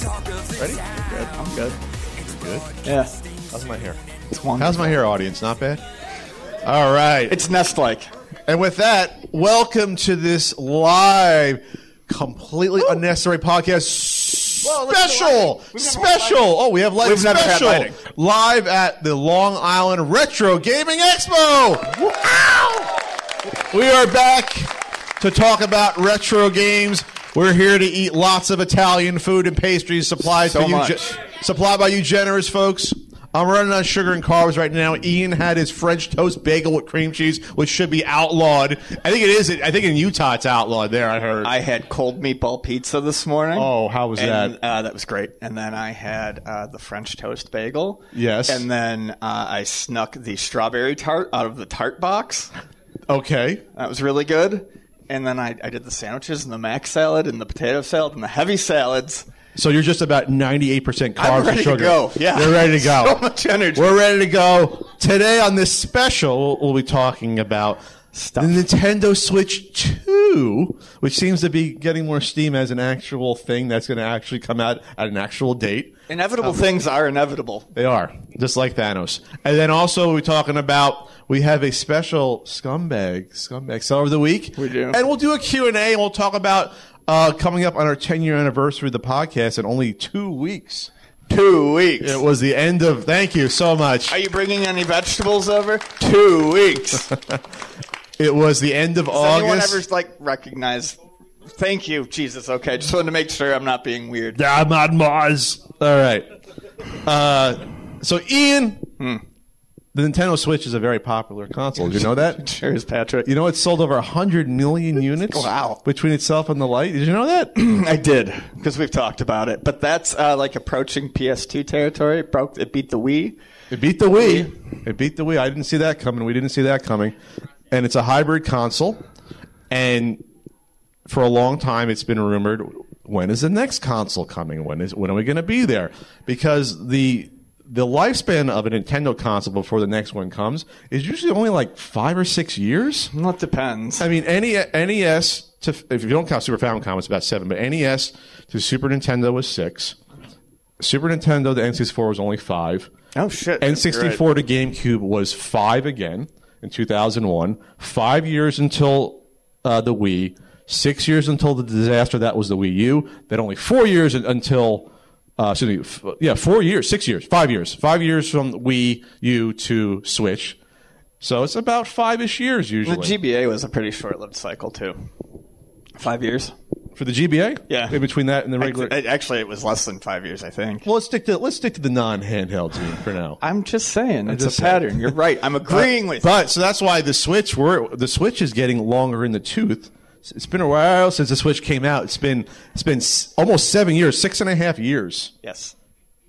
Ready? Good. I'm good. Good. Yeah. How's my hair? It's wonderful. How's my hair, audience? Not bad. All right. It's nest like. And with that, welcome to this live, completely unnecessary podcast. Whoa, look at the Special, lighting. We've never had special. lighting. Oh, we have live We've never had special lighting. live at the Long Island Retro Gaming Expo. Wow! We are back to talk about retro games. We're here to eat lots of Italian food and pastries supplied So by you, much. supplied by you generous folks. I'm running on sugar and carbs right now. Ian had his French toast bagel with cream cheese, which should be outlawed. I think it is. I think in Utah it's outlawed. There, I heard. I had cold meatball pizza this morning. Oh, how was And, that? Uh, that was great. And then I had uh, the French toast bagel. Yes. And then uh, I snuck the strawberry tart out of the tart box. okay. That was really good. And then I, I did the sandwiches and the mac salad and the potato salad and the heavy salads. So you're just about 98% carbs I'm and ready to sugar. go. Yeah. You're ready to go. So much energy. We're ready to go. Today on this special, we'll be talking about Stuff. the Nintendo Switch 2, which seems to be getting more steam as an actual thing that's going to actually come out at an actual date. Inevitable things are inevitable. They are, just like Thanos. And then also, we're talking about we have a special scumbag, scumbag seller of the week. We do. And we'll do a Q&A and we'll talk about uh, coming up on our 10 year anniversary of the podcast in only two weeks. Two weeks. It was the end of. Thank you so much. Are you bringing any vegetables over? Two weeks. Does It was the end of anyone August. ever like recognize? Thank you, Jesus. Okay, just wanted to make sure I'm not being weird. Yeah, I'm on Mars. All right. Uh, so Ian, Hmm. the Nintendo Switch is a very popular console. Did you know that? Sure is, Patrick. You know it sold over 100 million units. Wow. Between itself and the light. Did you know that? I did because we've talked about it, but that's uh, like approaching PS2 territory. It broke. It beat the Wii. it beat the Wii. It beat the Wii. I didn't see that coming. We didn't see that coming. And it's a hybrid console. And for a long time it's been rumored when is the next console coming when is when are we going to be there because the the lifespan of a Nintendo console before the next one comes is usually only like 5 or 6 years Well, it depends. I mean E, any NES to if you don't count Super Famicom it's about 7 but NES to Super Nintendo was 6 Super Nintendo to N64 was only 5 oh shit. N64 to GameCube was five again in 2001. Five years until uh, the Wii. Six years until the disaster that was the Wii U. Then only four years un- until, uh, excuse me, f- yeah, four years, six years, five years, five years from Wii U to Switch. So it's about five-ish years The usually GBA was a pretty short-lived cycle too. Five years. for the GBA. Yeah. in between that and the regular. Ac- Actually, it was less than five years, I think. well, let's stick to let's stick to the non-handheld team for now. I'm just saying, it's just a saying. pattern. You're right. I'm agreeing with you. But so that's why the Switch we're, the Switch is getting longer in the tooth. It's been a while since the Switch came out. It's been it's been s- almost seven years, six and a half years. Yes.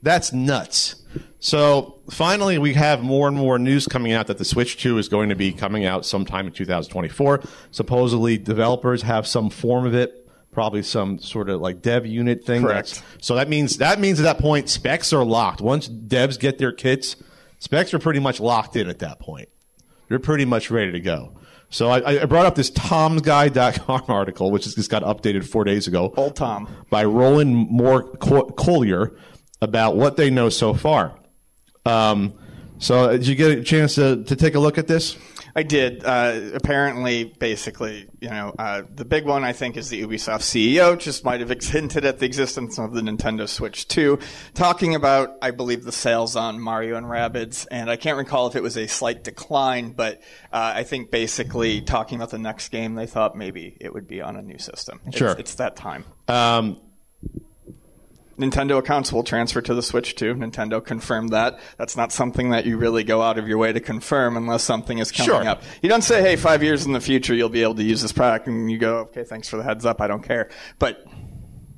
That's nuts. So finally, we have more and more news coming out that the Switch 2 is going to be coming out sometime in 2024. Supposedly, developers have some form of it, probably some sort of like dev unit thing. Correct. That's- So that means that means at that point, specs are locked. Once devs get their kits, specs are pretty much locked in at that point you're pretty much ready to go. So I, I brought up this Tom'sGuy.com article, which is, just got updated four days ago. Old Tom. By Roland Moore Co- Collier about what they know so far. Um, so did you get a chance to, to take a look at this? I did. Uh, apparently, basically, you know, uh, the big one I think is the Ubisoft CEO just might have hinted at the existence of the Nintendo Switch 2, talking about, I believe, the sales on Mario and Rabbids, and I can't recall if it was a slight decline, but uh, I think basically talking about the next game, they thought maybe it would be on a new system. It's- Sure. it's, that time. Um, Nintendo accounts will transfer to the Switch 2. Nintendo confirmed that. That's not something that you really go out of your way to confirm unless something is coming Sure. up. You don't say, hey, five years in the future, you'll be able to use this product. And you go, okay, thanks for the heads up. I don't care. But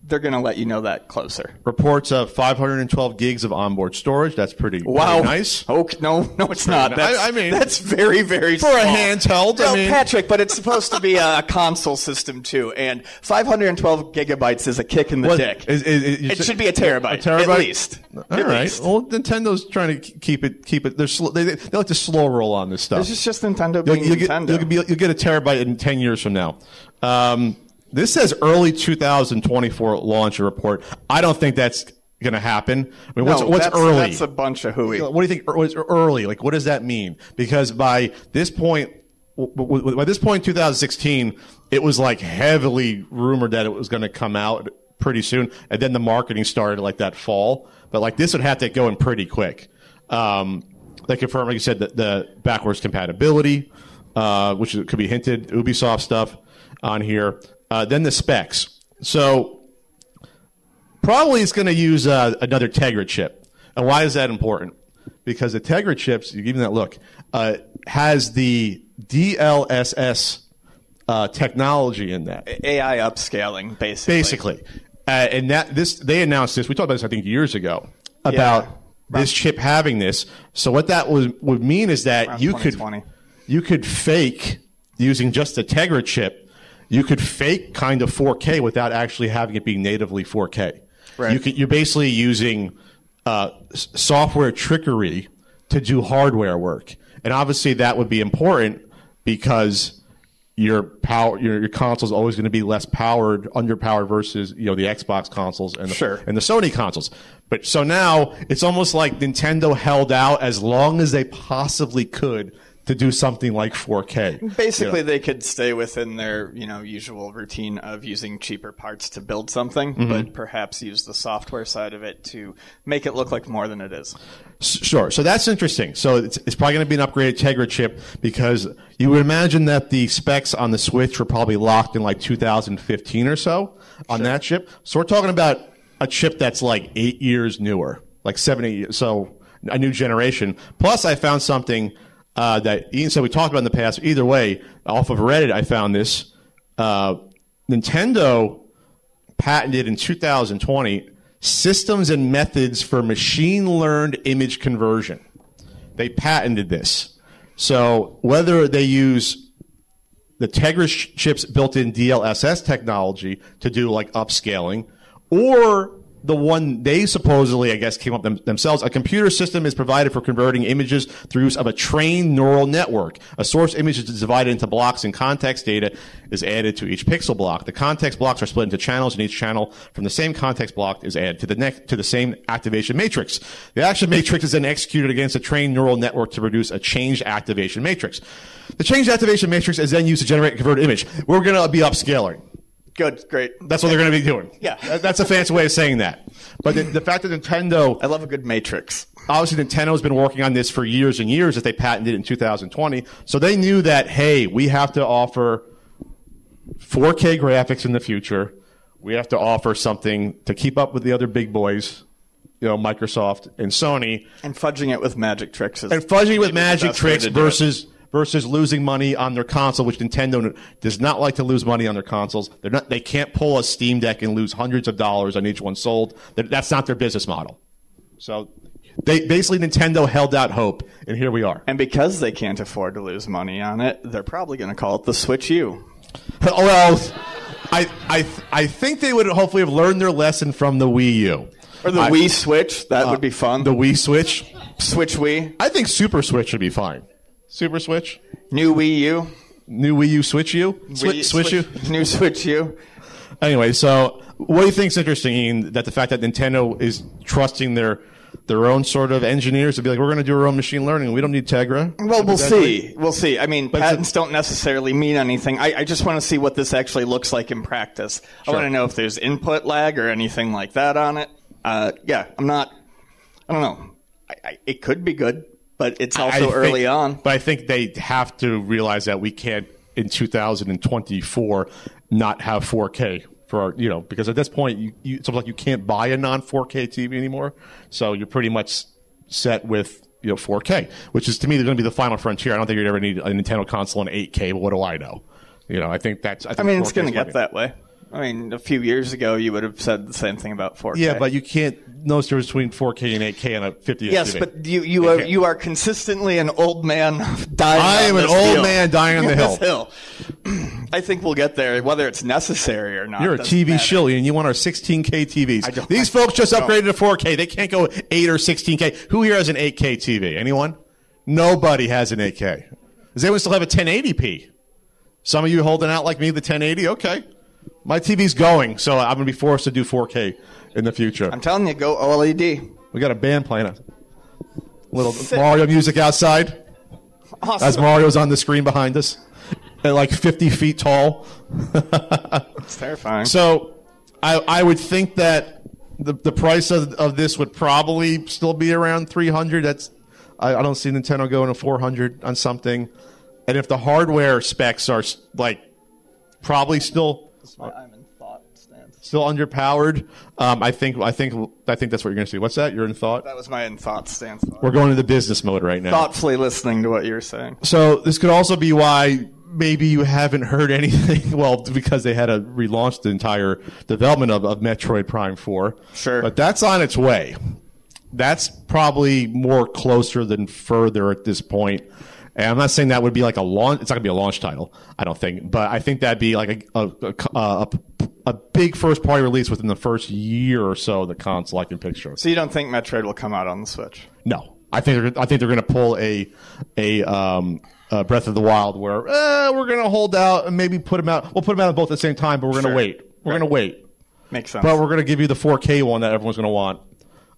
they're going to let you know that closer. reports of 512 gigs of onboard storage. That's pretty, pretty nice. Okay, no, no, it's not. I- That's, I mean- that's very, very For a handheld, I No, mean- Patrick, but it's supposed to be a console system too, and 512 gigabytes is a kick in the What- dick. is- is- is- you it said- should be a terabyte, at least. All At right. least. Well, Nintendo's trying to keep it keep it. They're slow, they, they they like to slow roll on this stuff. This is just Nintendo You'll, being you'll Nintendo. Get, you'll, be, you'll get a terabyte in 10 years from now. Um, this says early 2024 launch report. I don't think that's going to happen? I mean, what's, what's that's, early? That's a bunch of hooey. what do you think ear- was early? Like, what does that mean? Because by this point, w- w- by this point, 2016, it was like heavily rumored that it was going to come out pretty soon, and then the marketing started like that fall. But like this would have to go in pretty quick. Um, they confirmed, like you said, the, the backwards compatibility, uh, which could be hinted Ubisoft stuff on here. Uh, then the specs. So probably it's going to use uh, another Tegra chip. And why is that important? Because the Tegra chips, you give me that look, uh, has the DLSS uh, technology in that, AI upscaling, basically. basically. Uh, and that this they announced this. We talked about this, I think, years ago about this chip having this. So what that was, would mean is that you could 2020. you could fake using just the Tegra chip. You could fake kind of 4K without actually having it be natively 4K. Right. You could, you're basically using uh, s- software trickery to do hardware work, and obviously that would be important because your power, your, your console is always going to be less powered, underpowered versus you know the Xbox consoles and the, Sure. and the Sony consoles. But so now it's almost like Nintendo held out as long as they possibly could to do something like 4K. Basically, they could stay within their you know usual routine of using cheaper parts to build something, Mm-hmm. but perhaps use the software side of it to make it look like more than it is. S- Sure. So that's interesting. So it's, it's probably going to be an upgraded Tegra chip because you would imagine that the specs on the Switch were probably locked in like 2015 or so on that chip. So we're talking about a chip that's like eight years newer, like seven, eight years. So a new generation. Plus, I found something uh, that Ian said we talked about in the past. Either way, off of Reddit, I found this. Uh, Nintendo patented in 2020 systems and methods for machine learned image conversion. They patented this. So whether they use the Tegra sh- chips built in DLSS technology to do like upscaling, or the one they supposedly, I guess, came up them- themselves. A computer system is provided for converting images through use of a trained neural network. A source image is divided into blocks, and context data is added to each pixel block. The context blocks are split into channels, and each channel from the same context block is added to the next to the same activation matrix. The action matrix is then executed against a trained neural network to produce a changed activation matrix. The changed activation matrix is then used to generate and convert image. We're going to be upscaling. Good, great. That's what they're going to be doing. Yeah. That- that's a fancy way of saying that. But the, the fact that Nintendo I love a good matrix. obviously Nintendo's been working on this for years and years that they patented it in 2020. So they knew that, hey, we have to offer 4K graphics in the future. We have to offer something to keep up with the other big boys, you know, Microsoft and Sony, And fudging it with magic tricks is and fudging with magic best way tricks to do it. versus versus losing money on their console, which Nintendo does not like to lose money on their consoles. They're not they can't pull a Steam Deck and lose hundreds of dollars on each one sold. That- That's not their business model. So they basically Nintendo held out hope, and here we are. And because they can't afford to lose money on it, they're probably going to call it the Switch U. well, I I I think they would hopefully have learned their lesson from the Wii U. Or the I- Wii Switch. That would be fun. Uh, The Wii Switch. Switch Wii. I think Super Switch should be fine. Super Switch, New Wii U. new Wii U, Switch U, Swi- Wii- Switch U. New Switch U. Anyway, so what do you think's interesting, Ian, that the fact that Nintendo is trusting their their own sort of engineers to be like, we're going to do our own machine learning. We don't need Tegra. Well, we'll Exactly. see. We'll see. I mean, it's a- patents don't necessarily mean anything. I, I just want to see what this actually looks like in practice. I want to know if there's input lag or anything like that on it. Uh, yeah, I'm not. I don't know. I, I, it could be good, but it's I also think- early on. But I think they have to realize that we can't in 2024 not have 4K for our, you know, because at this point you, you it's like you can't buy a non 4K TV anymore. So you're pretty much set with you know 4K, which is to me going to be the final frontier. I don't think you'd ever need a Nintendo console in 8K. But what do I know? You know, I think that's. I, think I mean, it's 4K going to is get working. that way. I mean, a few years ago, you would have said the same thing about 4K. Yeah, but you can't know the difference between 4K and 8K and a 50. yes, TV. but you you are you are consistently an old man dying. I on am an this old hill. man dying on the This hill. hill. I think we'll get there, whether it's necessary or not. You're a doesn't TV matter. shilly, and you want our 16K TVs. don't- These I folks just don't. upgraded to 4K. They can't go 8 or 16K. Who here has an 8K TV? Anyone? Nobody has an 8K. Does anyone still have a 1080p? Some of you holding out like me the 1080? Okay. My TV's going, so I'm gonna be forced to do 4K in the future. I'm telling you, go E OLED. We got a band playing a little Mario music outside Awesome. as Mario's on the screen behind us, at like 50 feet tall. It's terrifying. So I, I would think that the, the price of, of this would probably still be around 300. That's I, I don't see Nintendo going to 400 on something. And if the hardware specs are s- like probably still I'm in thought stance. still underpowered, um, I think I think I think that's what you're going to see. What's that? You're in thought. That was my in thought stance. We're going to the business mode right now. thoughtfully listening to what you're saying. So this could also be why maybe you haven't heard anything. Well, because they had to relaunch the entire development of, of Metroid Prime Four. Sure. but that's on its way. That's probably more closer than further at this point. And I'm not saying that would be like a launch. It's not gonna be a launch title, I don't think. But I think that'd be like a a, a, a, a big first party release within the first year or so of the console. I can picture. So you don't think Metroid will come out on the Switch? No, I think they're, I think they're going to pull a a um. Uh, Breath of the Wild, where uh, we're gonna hold out and maybe put them out. We'll put them out both at the same time, but we're gonna Sure. wait. We're gonna wait, Makes sense. but we're gonna give you the 4K one that everyone's gonna want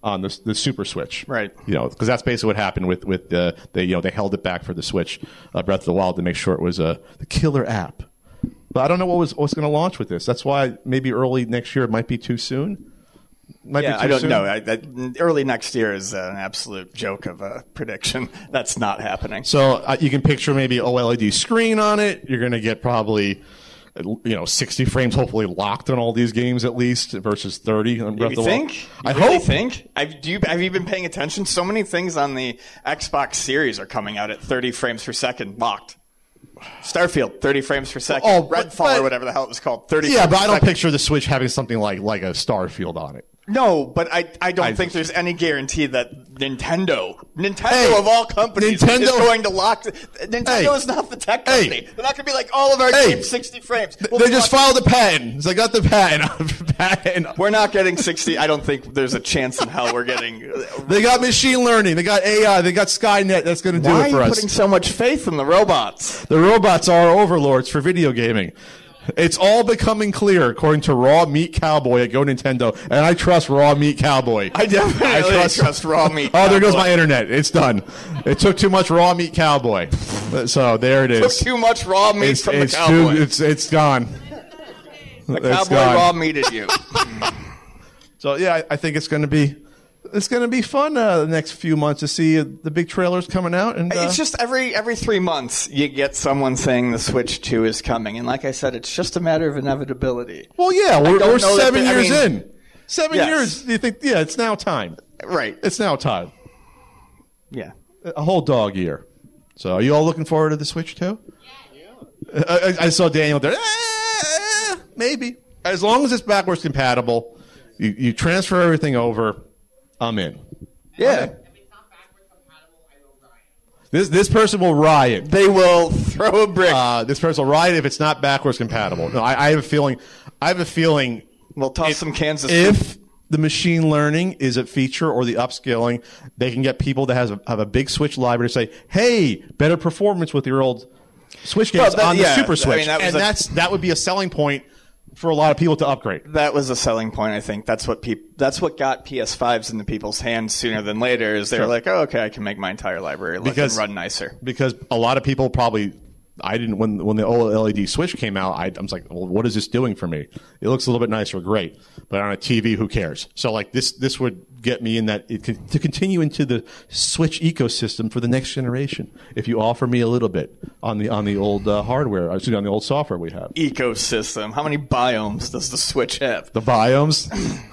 on the the Super Switch, Right. You know, because that's basically what happened with with the they you know they held it back for the Switch, uh, Breath of the Wild, to make sure it was a the killer app. But I don't know what was what's gonna launch with this. That's why maybe early next year it might be too soon. Might yeah, be too I don't soon. know. I, I, early next year is an absolute joke of a prediction. That's not happening. So uh, you can picture maybe OLED E screen on it. You're going to get probably you know 60 frames hopefully locked on all these games at least versus 30 on You Breath of the Wild. think? You I really hope Think? I've, do you, have you been paying attention? So many things on the Xbox Series are coming out at 30 frames per second, locked. Starfield, 30 frames per second. Oh, but- Redfall but- or whatever the hell it was called, 30. Yeah, frames but per I don't second. picture the Switch having something like like a Starfield on it. No, but I, I don't I- think there's any guarantee that Nintendo, Nintendo Hey, of all companies, is Nintendo- going to lock. Nintendo Hey. is not the tech Hey. company. They're not going to be like all of our Hey. games 60 frames. We'll they be just watching- filed a patent. They got the patent. patent. We're not getting 60. I don't think there's a chance in hell we're getting. They got machine learning. They got AI. They got Skynet. That's going to do Why are it you for us. putting so much faith in the robots? The robots are our overlords for video gaming. It's all becoming clear, according to Raw Meat Cowboy at Go Nintendo, and I trust Raw Meat Cowboy. I definitely trust Raw Meat Oh, there goes Cowboy. my internet. It's done. It took too much Raw Meat Cowboy. So there it is. Too much raw meat it's, from the it's, cowboy. Too, it's it's gone. the it's cowboy gone. raw meated you. So yeah, I, I think it's going to be it's going to be fun uh, the next few months to see uh, the big trailers coming out. And uh, It's just every every three months you get someone saying the Switch Two is coming, and like I said, it's just a matter of inevitability. well, yeah, we're, don't we're know that seven they- I years mean- in. Seven Yes. years. You think? Yeah, it's now time. Right? It's now time. Yeah. a whole dog year. So, are you all looking forward to the Switch too? Yeah. I, I- I saw Daniel there. "Ah, maybe as long as it's backwards compatible, you, you transfer everything over. I'm in. Yeah. If it's not backward compatible, I will riot. This this person will riot. They will throw a brick. Uh, this person will riot if it's not backwards compatible. No, I, I have a feeling. I have a feeling we'll toss some Kansas. if the machine learning is a feature or the upscaling, they can get people that has a, have a big Switch library to say, "Hey, better performance with your old Switch games that- on the yeah, I Super mean, Switch," that was and a- that's that would be a selling point for a lot of people to upgrade. that was a selling point. I think that's what peop- that's what got PS5s into people's hands sooner than later. Is they're Sure. like, oh, okay, I can make my entire library look Because- and run nicer. because a lot of people probably I didn't when when the OLED switch came out. I, I was like, well, what is this doing for me? It looks a little bit nicer, great, but on a TV, who cares? So like this this would get me in that it could, to continue into the Switch ecosystem for the next generation. If you offer me a little bit on the on the old uh, hardware, excuse me, on the old software we have, Ecosystem. How many biomes does the Switch have? the biomes.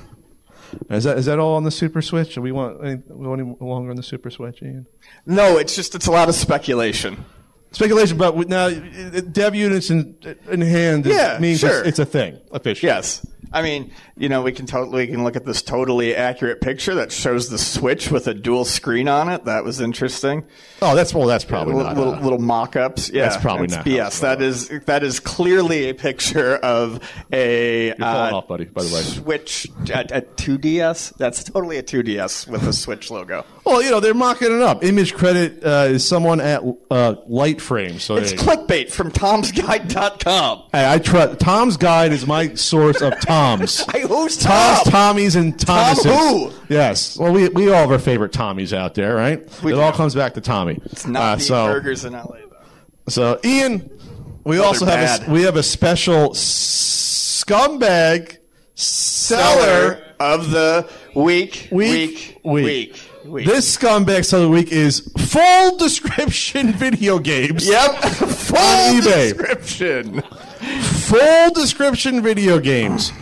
Is that, is that all on the Super Switch? Do we want any, we want any longer on the Super Switch, Ian? No, it's just it's a lot of speculation. speculation, but with now uh, dev units in, in hand is, Yeah, means sure. it's, it's a thing officially. Yes. I mean, you know, we can totally we can look at this totally accurate picture that shows the Switch with a dual screen on it. That was interesting. Oh, that's well, that's probably Little, not. little, uh, little mock-ups. Yeah, That's probably it's not how BS. it's That is that is clearly a picture of a falling uh, off, buddy, by the way. Switch at, at 2DS. That's totally a 2DS with a Switch logo. well, you know, they're mocking it up. Image credit uh, is someone at uh, Light Frame. So It's there you go. clickbait from Tom'sGuide.com. Hey, I trust Tom's guide is my source of Tom's. Hey, who's Tom's, Tom? Tommies, and Thomases. who? Yes. Well, we we all have our favorite Tommies out there, right? it all do. comes back to Tommy. It's not Uh, the so, burgers in LA though. So, Ian, we also they're have a, s- bad. we have a special s- scumbag seller. Seller of the week, Week, week, week. week, week. This scumbag seller of the week is full description video games. yep, On full eBay. description. full description video games,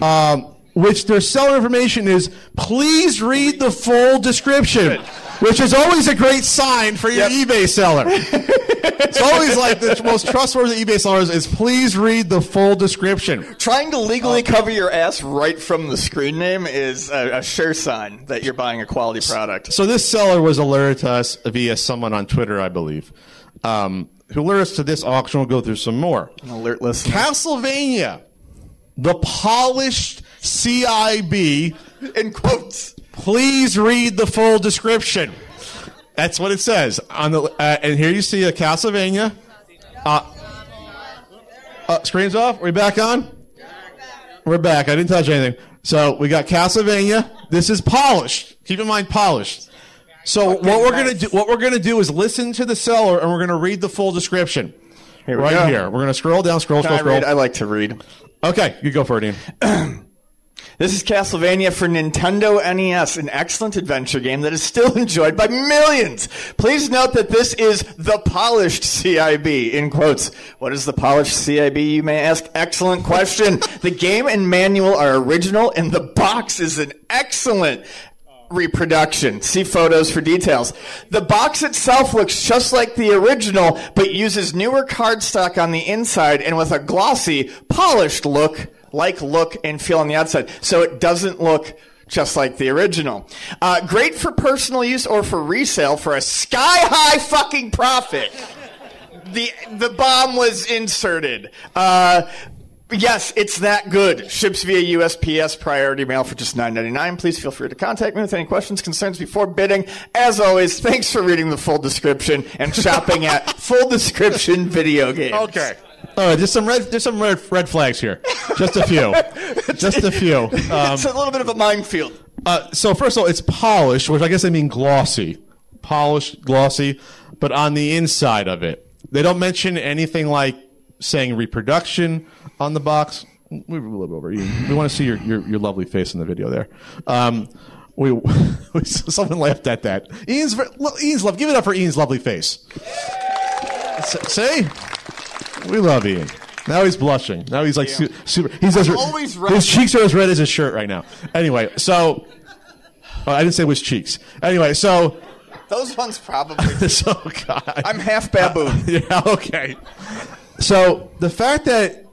um, which their seller information is please read the full description, which is always a great sign for your Yep. eBay seller. it's always like the most trustworthy eBay sellers is please read the full description. Trying to legally Um, cover your ass right from the screen name is a, a sure sign that you're buying a quality product. So this seller was alerted to us via someone on Twitter, I believe, um, who alerted us to this auction. We'll go through some more. An alert listener. Castlevania, the polished CIB in quotes. please read the full description. That's what it says on the. Uh, and here you see a Castlevania. Uh, uh, screens off. We back on. We're back. I didn't touch anything. So we got Castlevania. This is polished. Keep in mind, polished. So what we're gonna nice. do? What we're gonna do is listen to the seller, and we're gonna read the full description. we right go. here. We're gonna scroll down, scroll, Can I scroll, read? I scroll. like to read. okay, you go for it, Ian. This is Castlevania for Nintendo NES, an excellent adventure game that is still enjoyed by millions. Please note that this is the polished CIB, in quotes. What is the polished CIB, you may ask? Excellent question. the game and manual are original, and the box is an excellent reproduction. See photos for details. The box itself looks just like the original, but uses newer cardstock on the inside and with a glossy, polished look, like look and feel on the outside. So it doesn't look just like the original. Uh, great for personal use or for resale for a sky high fucking profit the the bomb was inserted. Uh, yes, it's that good. Ships via USPS priority mail for just nine ninety nine. Please feel free to contact me with any questions, concerns before bidding. As always, thanks for reading the full description and shopping at full description video games. All right, there's some red. There's some red red flags here. Just a few. Just a few. Um, it's a little bit of a minefield. Uh, so first of all, it's polished, which I guess I mean glossy, polished, glossy, but on the inside of it, they don't mention anything like saying reproduction on the box. We we live over. you. We want to see your, your, your lovely face in the video there. Um, we, someone laughed at that. Ian's ver- lo- Ian's love. Give it up for Ian's lovely face. S- See, we love Ian. Now he's blushing. Now he's like su- super. He's as always His red. cheeks are as red as his shirt right now. Anyway, so Oh, I didn't say which cheeks. Anyway, so Those ones probably. so God. I'm half baboon. yeah, okay. So the fact that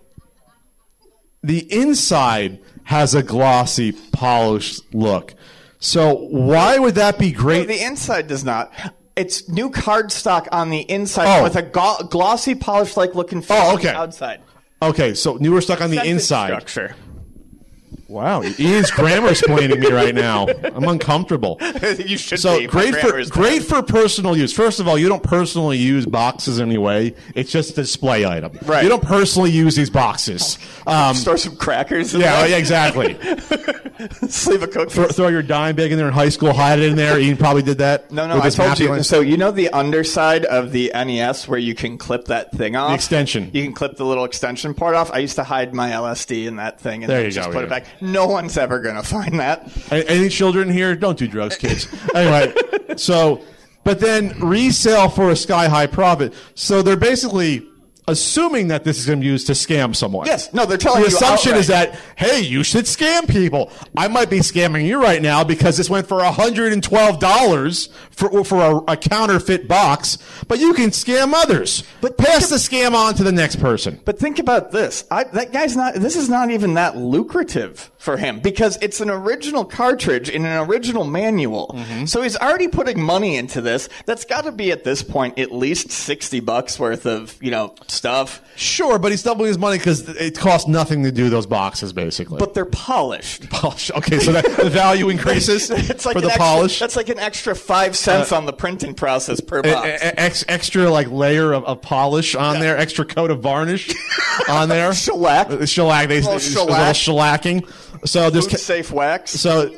the inside has a glossy, polished look. So why would that be great? the inside does not. It's new cardstock on the inside Oh. with a go- glossy, polished-like looking feel Oh, on the okay. outside. okay, so new newer stuck on the Sentence inside. structure. Wow, Ian's grammar is playing at me right now. I'm uncomfortable. you should So be. My great grammar for is great for personal use. First of all, you don't personally use boxes anyway. It's just a display item. Right. You don't personally use these boxes. Um, bad. Store some crackers. In yeah, oh, there. yeah, exactly. Sleeve a cookie. Throw, throw your dime bag in there in high school, hide it in there. Ian probably did that. no, no, with I his told mappy you. lens. So you know the underside of the NES where you can clip that thing off. extension. You can clip the little extension part off. I used to hide my LSD in that thing and There then you just go, put yeah. it back. No one's ever gonna find that. A- Any children here? Don't do drugs, kids. anyway, so but then resale for a sky high profit. So they're basically assuming that this is going to be used to scam someone. Yes. No, they're telling the you assumption is that hey, you should scam people. I might be scamming you right now because this went for hundred and twelve dollars for for a, a counterfeit box, but you can scam others. But pass the scam on to the next person. But think about this. I, that guy's not, this is not even that lucrative for him because it's an original cartridge in an original manual. Mm-hmm. So he's already putting money into this. That's got to be at this point at least 60 bucks worth of, you know, stuff. Sure, but he's doubling his money because it costs nothing to do those boxes, basically. But they're polished. polish. Okay, so that, the value increases It's like for an the extra, polish. Uh, That's like an extra five cents on the printing process per E- box. e- ex- extra like layer of, of polish on there, extra coat of varnish on there. Shellac. Uh, shellac. They, Little little shellac. shellacking. So there's Food ca- safe wax. so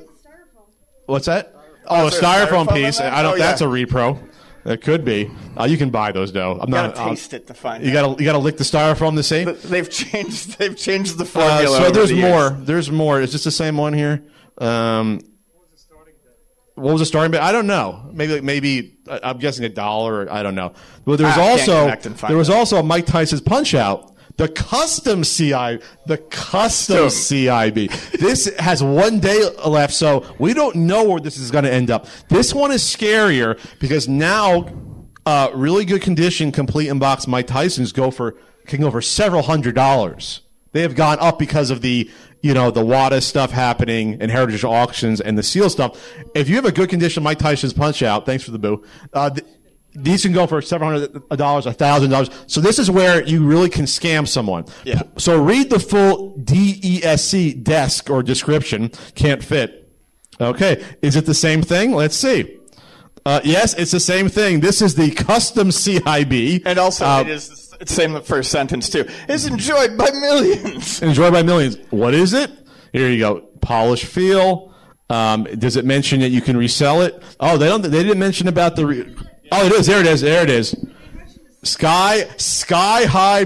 what's that? Oh, a Is there a styrofoam styrofoam piece. on that? I don't. Oh, That's a yeah. repro. That could be. Uh, you can buy those though. I'm you not. gotta I'll- taste it to find uh, you out. gotta you gotta lick the styrofoam the same. They've changed, they've changed the Uh, formula. so over there's the years. more. There's more. Is this the same one here? Um, what was the starting bid? I don't know. Maybe like maybe I- I'm guessing a dollar. I don't know. But there was Ah, I can't also connect and find there was out. also a Mike Tyson's punch out. The custom CI, the custom Custom. CIB. This has one day left, so we don't know where this is going to end up. This one is scarier because now, uh, really good condition, complete in box Mike Tyson's go for can go for several hundred dollars. They have gone up because of the you know the WADA stuff happening and heritage auctions and the seal stuff. If you have a good condition Mike Tyson's punch out, thanks for the boo. Uh, th- these can go for several hundred dollars, a thousand dollars. So this is where you really can scam someone. Yeah. So read the full DESC desk or description. Can't fit. Okay. Is it the same thing? Let's see. Uh, yes, it's the same thing. This is the custom CIB. And also, Uh, it is the s- it's same the first sentence too. Is enjoyed by millions. enjoyed by millions. What is it? Here you go. Polish feel. Um, does it mention that you can resell it? Oh, they don't. They didn't mention about the. Re- oh, it is. There it is. There it is. Sky sky high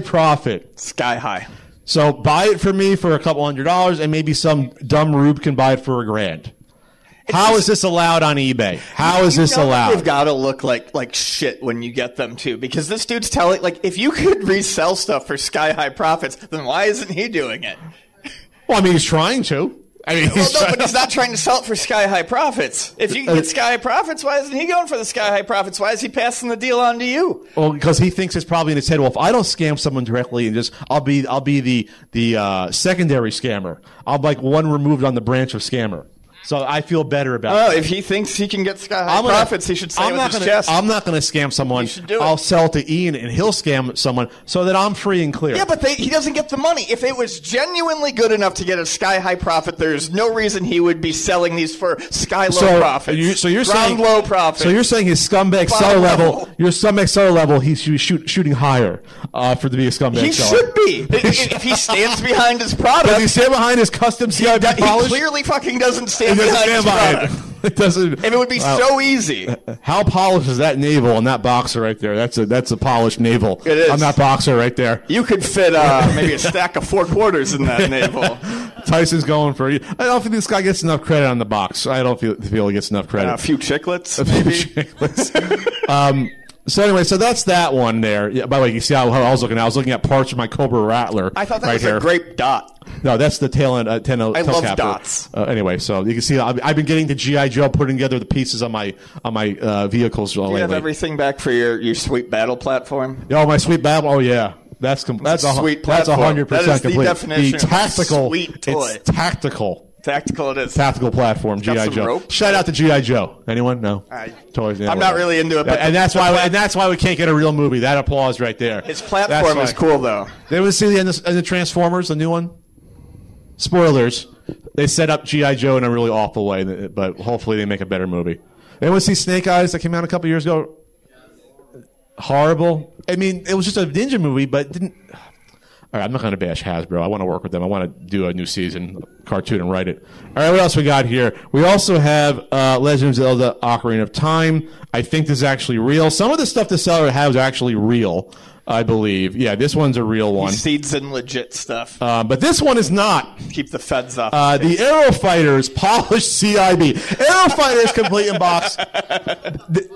profit. Sky high. So buy it for me for a couple hundred dollars, and maybe some dumb rube can buy it for a grand. How is this allowed on eBay? How is this You know They've allowed? got to look like like shit when you get them too, because this dude's telling like if you could resell stuff for sky high profits, then why isn't he doing it? Well, I mean, he's trying to. I mean, Well, he's no, trying- but he's not trying to sell it for sky high profits. If you can Uh, get sky high profits, why isn't he going for the sky high profits? Why is he passing the deal on to you? Well, because he thinks it's probably in his head. Well, if I don't scam someone directly and just I'll be I'll be the the uh, secondary scammer. I'll be like one removed on the branch of scammer. So I feel better about. Oh, that. if he thinks he can get sky high I'm gonna- profits, he should say I'm it with not his gonna, chest. I'm not going to scam someone. should do it. I'll sell to Ian and he'll scam someone so that I'm free and clear. Yeah, but they, he doesn't get the money. If it was genuinely good enough to get a sky high profit, there's no reason he would be selling these for sky low profits. You, so you're Ground saying low profits. So you're saying his scumbag seller level, level. your scumbag seller level, he's shoot, shoot- shooting higher uh, for to be a scumbag he seller. should be I- I- if he stands behind his product. Does he stand behind his custom he, CIB do- he polish? clearly fucking doesn't stand It doesn't behind his stand by product. it. It doesn't. If it would be Wow. so easy, How polished is that navel on that boxer right there? That's a that's a polished navel. It is. on that boxer right there. you could fit uh, maybe a stack of four quarters in that navel. Tyson's going for. I don't think this guy gets enough credit on the box. I don't feel, feel he gets enough credit. A few chiclets, maybe. um, so anyway, so that's that one there. Yeah, by the way, you see how, how I was looking. I was looking at parts of my Cobra Rattler. I thought that right was here. a grape dot. No, that's the tail end. Uh, tail end I tail love cap. dots. Uh, anyway, so you can see I've, I've been getting to GI Joe, putting together the pieces on my on my uh, vehicles You lately. have everything back for your, your sweet battle platform. Oh, my sweet babble. Oh, yeah. That's com- that's a, sweet That's a platform. hundred That is percent the complete. definition of a tactical. sweet toy. It's tactical. Tactical it is. Tactical platform. GI some Joe. rope. Shout out to GI Joe. Anyone? No. I- Toys. yeah, I'm whatever. not really into it, but and the- that's why. and that's why we can't get a real movie. That applause right there. His That's platform why. is cool though. They would see the end of, end of Transformers, the new one. Spoilers. They set up GI Joe in a really awful way, th- but hopefully they make a better movie. Anyone see Snake Eyes that came out a couple years ago? Horrible. I mean, it was just a ninja movie, but it didn't. All right, I'm not going to bash Hasbro. I want to work with them. I want to do a new season cartoon and write it. All right, what else we got here? We also have uh, Legend of Zelda: Ocarina of Time. I think this is actually real. Some of the stuff the seller has is actually real, I believe. Yeah, this one's a real one. Seeds and legit stuff. Uh, but this one is not. Keep the feds off. Uh, the Arrow Fighters polished CIB. Arrow Fighters complete in box. Th-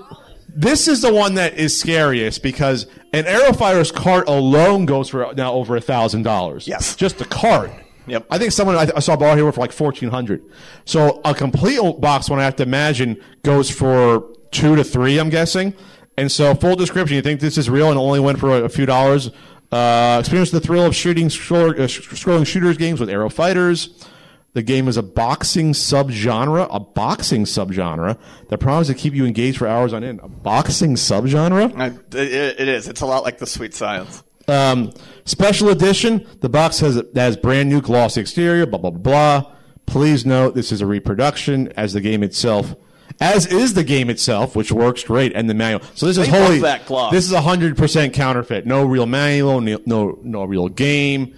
This is the one that is scariest because And Aerofire's cart alone goes for now over a thousand dollars. Yes. just the cart. Yep. I think someone I, I saw a bar here for like fourteen hundred. So a complete old box one I have to imagine goes for two to three. I'm guessing. And so full description. You think this is real and only went for a, a few dollars? Uh, experience the thrill of shooting scroller, uh, sh- scrolling shooters games with Arrow Fighters. The game is a boxing subgenre, a boxing subgenre that promises to keep you engaged for hours on end. A boxing subgenre? Uh, it- it is. It's a lot like the Sweet Science. Um, special edition. The box has has brand new glossy exterior. Blah blah blah. Please note this is a reproduction, as the game itself, as is the game itself, which works great, and the manual. So this is They love holy. that gloss. This is hundred percent counterfeit. No real manual. No, no no real game.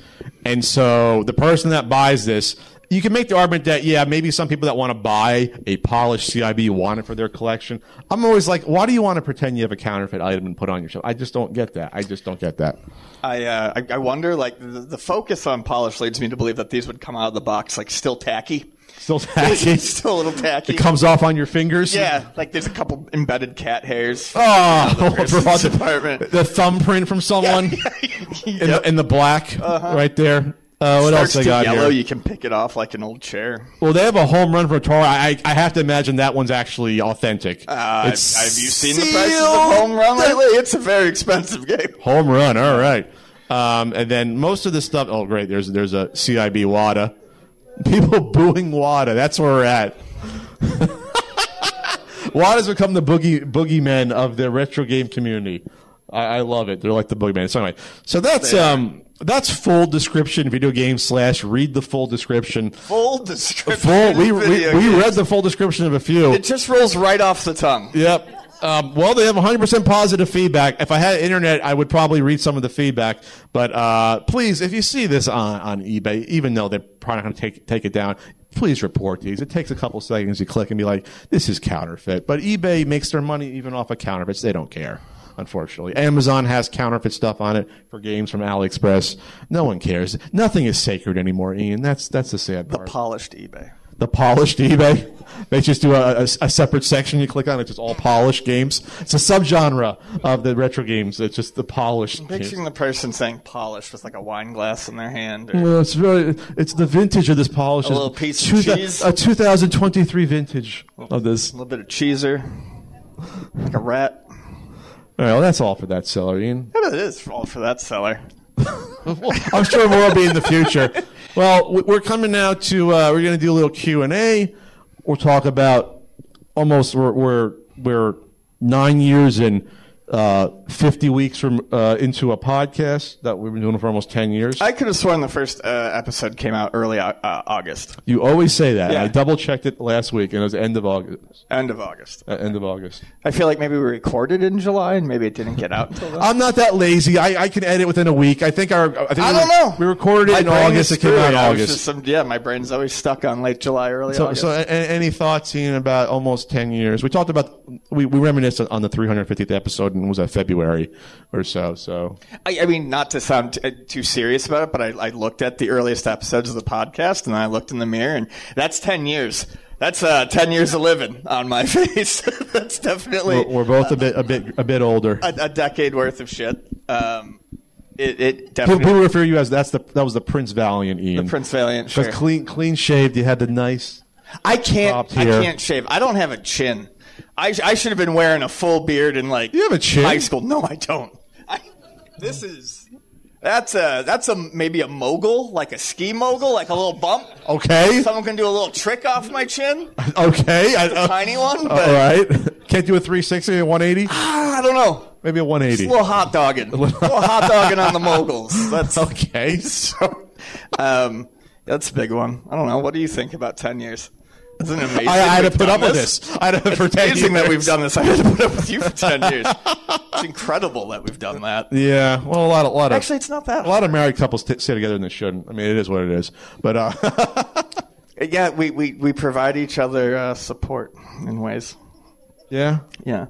And so the person that buys this. You can make the argument that yeah, maybe some people that want to buy a polished CIB want it for their collection. I'm always like, why do you want to pretend you have a counterfeit item and put on your shelf? I just don't get that. I just don't get that. I, uh, I I wonder like the, the focus on polish leads me to believe that these would come out of the box like still tacky, Still tacky. still a little tacky. it comes off on your fingers. yeah, like there's a couple embedded cat hairs. Oh, person's brought the, apartment. the thumbprint from someone in, the, in the black right there. Uh, what else Uh-huh. Starts they to got yellow, here? you can pick it off like an old chair. Well, they have a home run for Toro. I, I I have to imagine that one's actually authentic. Uh, have you It's seen the prices of sealed. home run lately? It's a very expensive game. Home run. All right. Um, and then most of the stuff. Oh, great. There's there's a CIB WADA. People booing WADA. That's where we're at. WADA's become the boogie boogeyman of the retro game community. I, I love it. They're like the boogeyman. So anyway, so that's um that's full description video game slash read the full description. Full description. Full. of We we, video we games. read the full description of a few. It just rolls right off the tongue. Yep. Um, well, they have 100% positive feedback. If I had internet, I would probably read some of the feedback. But uh, please, if you see this on, on eBay, even though they're probably not going to take, take it down, please report these. It takes a couple seconds. You click and be like, this is counterfeit. But eBay makes their money even off of counterfeits. They don't care, unfortunately. Amazon has counterfeit stuff on it for games from AliExpress. No one cares. Nothing is sacred anymore, Ian. That's, that's the sad part Polished eBay. the polished eBay. They just do a, a, a separate section you click on. It's just all polished games. It's a subgenre of the retro games. It's just the polished. games. Picturing the person saying polished with like a wine glass in their hand. Or, Well, it's very. It's the vintage of this polished. A little piece of cheese. A 2023 vintage of this. A All little bit of cheeser, like a rat. right, well, that's all for that seller, Ian. It is all for that seller. I'm sure more will be in the future. Well, w- we're coming now to. Uh, we're going to do a little Q and A. We'll talk about almost we're we're, we're nine years and uh, 50 weeks from uh, into a podcast that we've been doing for almost 10 years. I could have sworn the first uh, episode came out early uh, August, you always say that. Yeah. I double checked it last week, and it was end of August. end of August. uh, End of August. I feel like maybe we recorded in July and maybe it didn't get out until then. I'm not that lazy. I, I can edit within a week. I think our. I, think I we- don't know. We recorded it in My brain August. is It came out screwed. in I was August. just some- yeah, my brain's always stuck on late July, early So, August. so a- a- any thoughts Ian, about almost 10 years? We talked about, we, we reminisced on the 350th episode and was that February or so. So I, I mean, not to sound t- uh, too serious about it, but I, I looked at the earliest episodes of the podcast and I looked in the mirror, and that's 10 years. That's uh, 10 years of living on my face. that's definitely we're, we're both a bit, a bit, a bit older. a, a decade worth of shit. Um, it, it People people definitely. refer you as that's the, that was the Prince Valiant Ian. Prince Valiant. Because Sure. clean, clean shaved, you had the nice, I can't. Top I tier. can't shave. I don't have a chin. I, sh- I should have been wearing a full beard in like You have a chin? high school. No, I don't. I, this is that's a that's a maybe a mogul like a ski mogul like a little bump. okay, Someone can do a little trick off my chin, okay. I, uh, tiny one, all but right. Can't do a 360, a 180, I don't know. maybe a 180. It's a little hot dogging, a little hot dogging on the moguls. That's Okay. so. Um, that's a big one. I don't know. What do you think about ten years? Isn't it amazing? I, I had to we've put done up with this. I had to for 10 amazing that we've years. done this. I had to put up with you for ten years. It's incredible that we've done that. Yeah. Well, a lot, of, a lot of. Actually, it's not that. a lot of married couples t- stay together and they shouldn't. I mean, it is what it is. But uh, Yeah, we, we, we provide each other uh, support in ways. yeah, Yeah,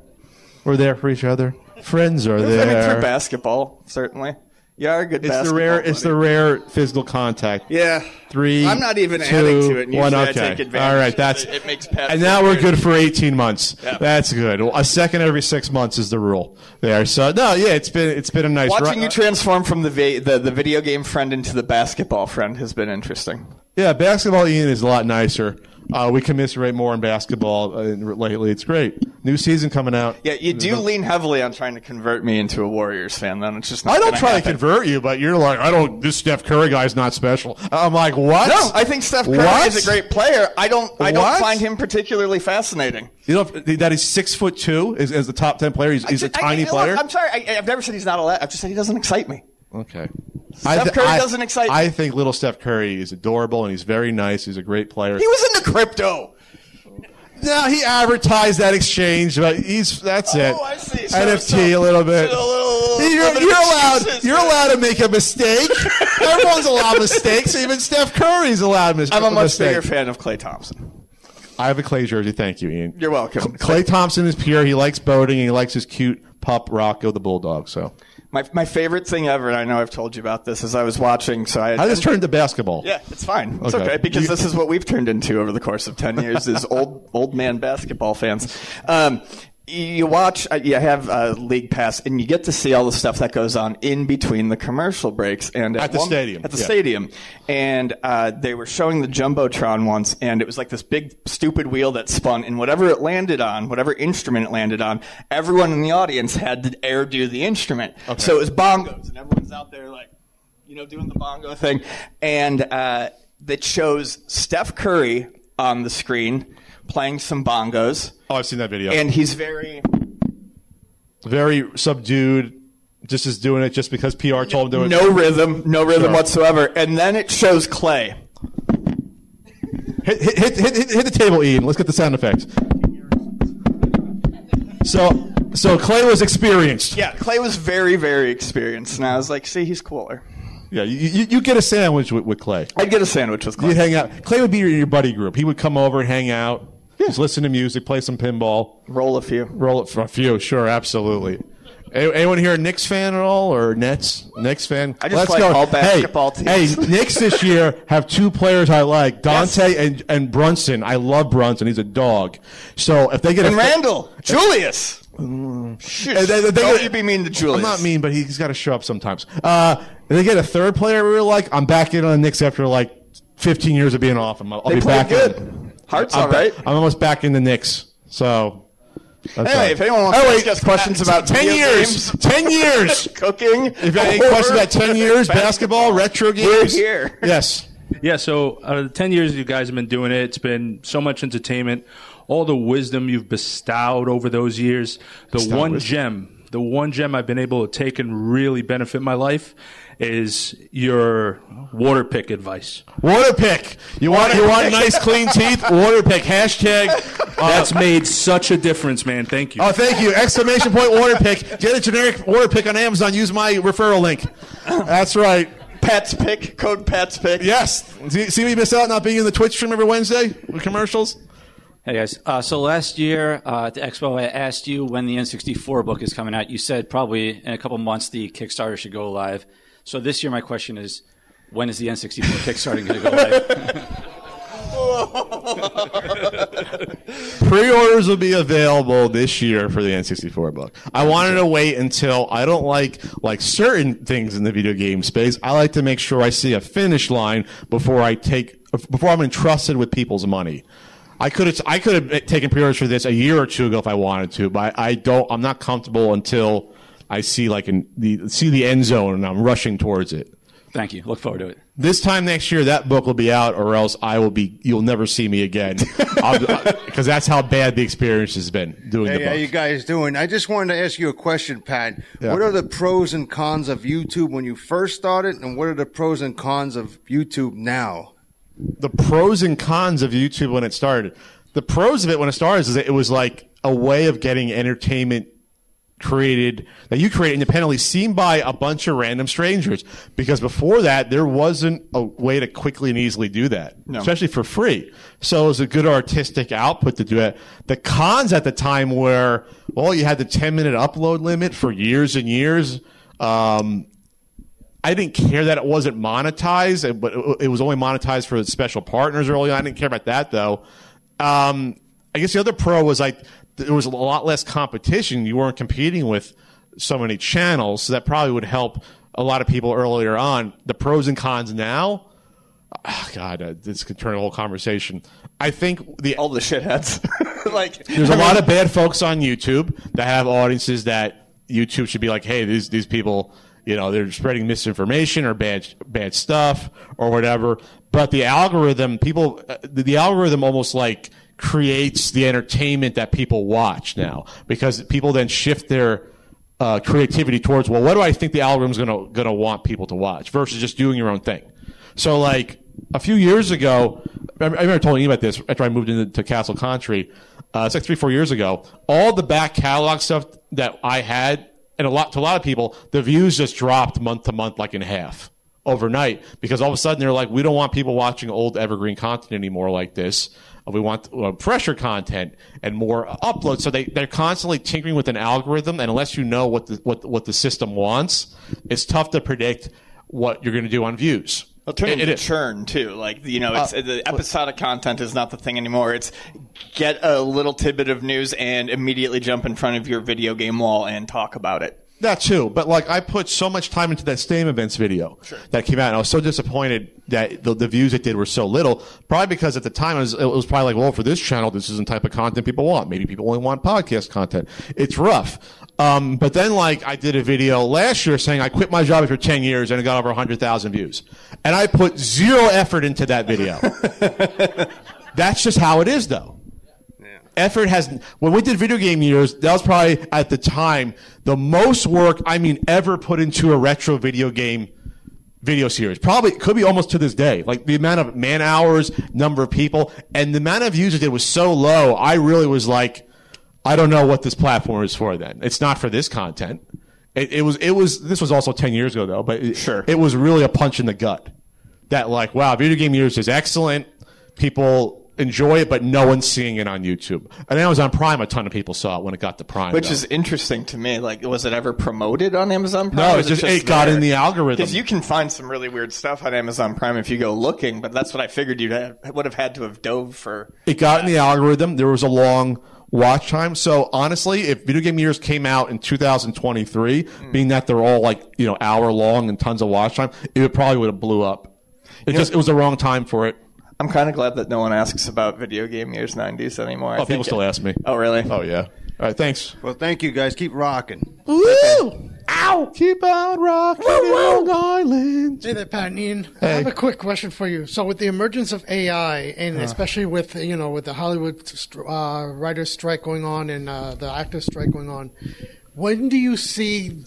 we're there for each other. Friends are I mean, for there. basketball certainly. You are a good. It's the rare. It's the rare physical contact. Yeah. Three. I'm not even two, adding to it. and One. usually Okay. I take advantage. All right. That's. it, it makes Pat. and feel now we're weird. good for 18 months. Yeah. That's good. A second every six months is the rule there. So no, yeah, it's been it's been a nice Watching ri- you transform from the, va- the the video game friend into the basketball friend has been interesting. Yeah, basketball, Ian, is a lot nicer. Uh, we commiserate more in basketball uh, lately. It's great. New season coming out. Yeah, you do Mm-hmm. lean heavily on trying to convert me into a Warriors fan. Then it's just not I don't gonna try to happen. convert you, but you're like, I don't. This Steph Curry guy's not special. I'm like, what? No, I think Steph Curry What? is a great player. I don't. I don't What? find him particularly fascinating. You know that he's six foot two is, is the top ten player. He's, he's a I- I- tiny look, player. I'm sorry. I, I've never said he's not a. I've just said he doesn't excite me. Okay. Steph Curry doesn't excite me. I think little Steph Curry is adorable and he's very nice. He's a great player. He was into crypto. no, he advertised that exchange, but he's that's it. Oh, I see. So- NFT so- a little bit. so a little- you're, little bit of you're allowed. excuses. You're allowed to make a mistake. Everyone's allowed mistakes. Even Steph Curry's allowed mis- I'm a much mistake. bigger fan of Clay Thompson. I have a Clay jersey. Thank you, Ian. You're welcome. Clay Thompson is pure. He likes boating. and He likes his cute pup Rocco the bulldog. So My, my favorite thing ever, and I know I've told you about this, is I was watching. So I, I just turned to basketball. Yeah, it's fine. It's Okay. okay, because You- this is what we've turned into over the course of ten years is old old man basketball fans. Um, you watch, uh, you have uh, league pass, and you get to see all the stuff that goes on in between the commercial breaks and At the stadium, At the yeah. stadium, and uh, they were showing the jumbotron once, and it was like this big stupid wheel that spun, and whatever it landed on, whatever instrument it landed on, everyone in the audience had to air do the instrument. So it was bongos, and everyone's out there like you know, doing the bongo thing, and uh, that shows Steph Curry on the screen playing some bongos, Oh, I've seen that video. and he's very very subdued. Just is doing it just because PR told him to do it. no rhythm, no rhythm Sure. whatsoever. And then it shows Clay. Hit, hit, hit, hit, hit- hit the table, Ian. Let's get the sound effects. So, so Clay was experienced. Yeah, Clay was very, very experienced, and I was like, see, he's cooler. Yeah, you, you, you get a sandwich with, with Clay. I'd get a sandwich with Clay. You'd hang out. Clay would be your, your buddy group. He would come over and hang out, just listen to music, play some pinball, Roll a few. roll it for a few. Sure, absolutely. A- Anyone here a Knicks fan at all or Nets? Knicks fan? I just like all basketball hey, teams. Hey, Knicks this year have two players I like, Dante Yes. and, and Brunson. I love Brunson. He's a dog. So if they get And a Randall, Julius. Shh, And they- they- they- don't you be mean to Julius. I'm not mean, but he's got to show up sometimes. Uh, they get a third player we were like, I'm back in on the Knicks after like 15 years of being off. I'm, I'll They be played back good. in. Hart's I'm all ba- right. I'm almost back in the Knicks. So, that's Anyway, all. if anyone wants Oh, to wait. ask us questions about 10 video years. games, 10 years. cooking. If you have any questions about 10 years, basketball, retro games. here. Yes. Yeah, so out of the 10 years you guys have been doing it, it's been so much entertainment, all the wisdom you've bestowed over those years. The one wisdom. gem, the one gem I've been able to take and really benefit my life is your water pick advice. Water pick. You want you want nice clean teeth? Water pick. Hashtag. uh, That's made such a difference, man. Thank you. Uh, Oh, thank you! Exclamation point water pick. Get a generic water pick on Amazon. Use my referral link. That's right. Pat's pick, code Pat's pick. Yes. See, see, we miss out not being in the Twitch stream every Wednesday with commercials. Hey guys. Uh, so last year uh, at the expo, I asked you when the N64 book is coming out. You said probably in a couple months the Kickstarter should go live. So this year, my question is, when is the N64 Kickstarter going to go live? Pre-orders will be available this year for the N64 book. I wanted to wait until I don't like like certain things in the video game space. I like to make sure I see a finish line before I take before I'm entrusted with people's money. I could have I could have taken pre-orders for this a year or two ago if I wanted to, but I don't. I'm not comfortable until I see like in the see the end zone and I'm rushing towards it. Thank you. Look forward to it. this time next year that book will be out or else i will be you'll never see me again because that's how bad the experience has been doing the Hey, how book you guys doing? I just wanted to ask you a question, Pat. What are the pros and cons of YouTube when you first started, and what are the pros and cons of YouTube now? the pros and cons of youtube when it started the pros of it when it started is that it was like a way of getting entertainment created that you create independently seen by a bunch of random strangers because before that there wasn't a way to quickly and easily do that especially for free so it was a good artistic output to do it the cons at the time were well you had the 10 minute upload limit for years and years um, I didn't care that it wasn't monetized, and- but it- it was only monetized for special partners early on. I didn't care about that though. Um, I guess the other pro was like there was a lot less competition. You weren't competing with so many channels, so that probably would help a lot of people earlier on. The pros and cons now. ah, God, uh, this could turn a whole conversation. I think the All the shitheads. like there's a lot of bad folks on YouTube that have audiences that YouTube should be like, hey, these these people, you know, they're spreading misinformation or bad bad stuff or whatever. But the algorithm, people, uh, the, the algorithm almost like creates the entertainment that people watch now because people then shift their uh, creativity towards well, what do I think the algorithm's gonna gonna want people to watch versus just doing your own thing. So like a few years ago, I I remember telling you about this after I moved into to Castle Country. Uh, it's like three four years ago. All the back catalog stuff that I had, and a lot to a lot of people, the views just dropped month to month, like in half overnight because all of a sudden they're like, we don't want people watching old evergreen content anymore like this. Uh, We want uh, fresher content and more uploads. So they, they're constantly tinkering with an algorithm. And unless you know what the, what, what the system wants, it's tough to predict what you're going to do on views. Well, turn It- into it is. churn too. Like you know, Uh, it's, the episodic content is not the thing anymore. It's get a little tidbit of news and immediately jump in front of your video game wall and talk about it. That too, but like I put so much time into that Steam events video that came out, and I was so disappointed that the, the views it did were so little. Probably because at the time it was, it was probably like, well, for this channel, this isn't the type of content people want. Maybe people only want podcast content. It's rough. Um, but then like I did a video last year saying I quit my job after ten years and it got over hundred thousand views, and I put zero effort into that video. That's just how it is, though. Effort has when we did video game years, that was probably at the time the most work I mean ever put into a retro video game video series. Probably could be almost to this day. Like the amount of man hours, number of people, and the amount of views it did was so low. I really was like, I don't know what this platform is for. Then it's not for this content. It, it was. It was. This was also ten years ago though. But it, Sure. it was really a punch in the gut. That like, wow, video game years is excellent. People enjoy it, but no one's seeing it on YouTube. And Amazon Prime, a ton of people saw it when it got to Prime, Which though. is interesting to me. Like, was it ever promoted on Amazon Prime? No, Or it's was just- it got in the algorithm. Because you can find some really weird stuff on Amazon Prime if you go looking. But that's what I figured you would would have had to have dove for. It got in the algorithm. There was a long watch time. So honestly, if video game years came out in 2023, being that they're all like you know hour long and tons of watch time, it probably would have blew up. It just it was the wrong time for it. I'm kind of glad that no one asks about video game years '90s anymore. Oh, people still ask me. Oh, really? Oh yeah. All right. Thanks. Well, thank you guys. Keep rocking. Woo! Ow! Keep on rocking Long Island. Hey there, Pat and Ian. I have a quick question for you. So, with the emergence of AI, and especially with you know with the Hollywood str- uh, writers' strike going on and uh, the actors' strike going on, when do you see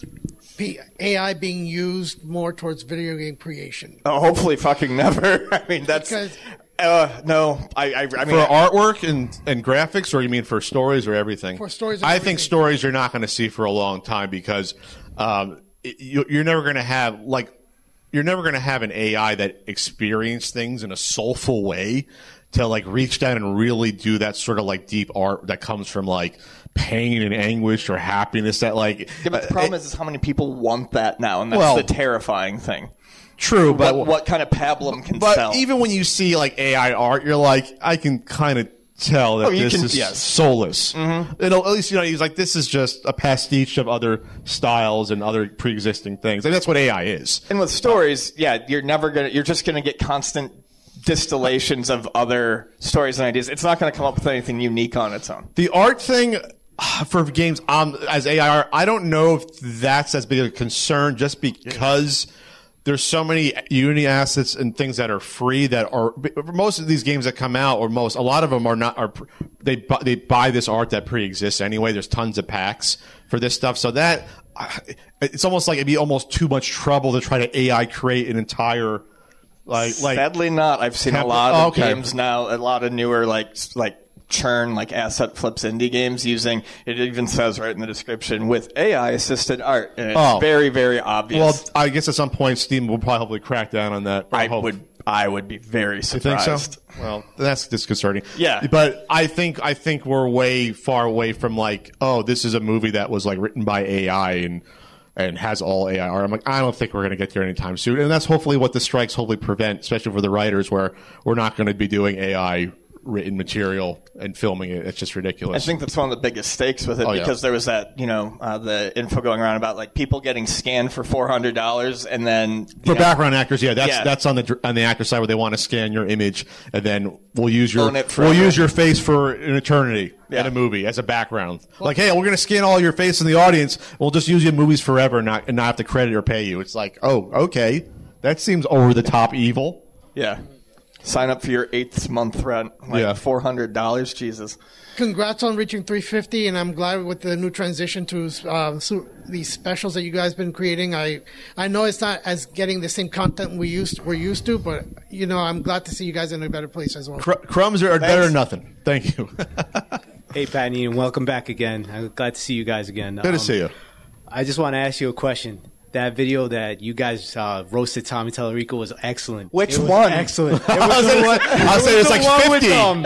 P- AI being used more towards video game creation? Oh, hopefully, fucking never. I mean, that's. Because- uh, no, I, I, I mean, For artwork and, and graphics, or you mean for stories or everything? For stories and I think everything. stories you're not going to see for a long time because um, it, you, you're never going to have like you're never going to have an AI that experience things in a soulful way to like reach down and really do that sort of like deep art that comes from like pain and anguish or happiness that like Yeah, but the problem is, is how many people want that now, and that's uh, Well- the terrifying thing. true but what, what kind of pablum can But sell? even when you see like AI art, you're like, I can kind of tell that Oh, you this can- is yes. soulless. Mm-hmm. It'll, at least you know he's like, this is just a pastiche of other styles and other pre-existing things, and that's what AI is. and with stories, yeah, you're never gonna, you're just gonna get constant distillations of other stories and ideas. It's not gonna come up with anything unique on its own. The art thing for games um, as AI art, I don't know if that's as big a concern just because there's so many Unity assets and things that are free that are for most of these games that come out or most a lot of them are not are pr- they bu- they buy this art that pre-exists anyway. There's tons of packs for this stuff, so that I- it's almost like it'd be almost too much trouble to try to AI create an entire like like Sadly, not. I've seen a Temple- lot of okay. games now, a lot of newer like s- like churn like asset flips indie games using it even says right in the description with AI assisted art, and it's Oh. very very obvious. well, I guess at some point Steam will probably hopefully crack down on that. or I hope. would I would be very think surprised. so? Well, that's disconcerting. Yeah. but I think I think we're way far away from like, oh, this is a movie that was like written by AI and and has all AI art. I'm like, I don't think we're going to get there anytime soon. And that's hopefully what the strikes hopefully prevent, especially for the writers, where we're not going to be doing AI written material and filming it. It's just I ridiculous. think that's one of the biggest stakes with it Oh, yeah. because there was that, you know, uh, the info going around about like people getting scanned for four hundred dollars and then you for know, background actors, yeah, that's Yeah. that's on the dr- on the actor side where they want to scan your image and then we'll use your Own it we'll forever. use your face for an eternity in Yeah. a movie as a background. like, hey, we're gonna scan all your face in the audience. We'll just use you in movies forever and not and not have to credit or pay you. It's like, oh, okay, that seems over the top evil. yeah, sign up for your eighth month rent, like Yeah. four hundred dollars. Jesus, Congrats on reaching 350, and I'm glad with the new transition to uh, su- these specials that you guys been creating. I I know it's not as getting the same content we used we're used to, but you know I'm glad to see you guys in a better place as well. Cr- crumbs are, are better than nothing. Thank you. Hey, Pat and Ian, welcome back again. I'm glad to see you guys again. Um, Good to see you. I just want to ask you a question. That video that you guys uh, roasted Tommy Tallarico was excellent. Which It was one? Excellent. It I was was gonna the one, say- I was it saying was it's the like one with, 50. um,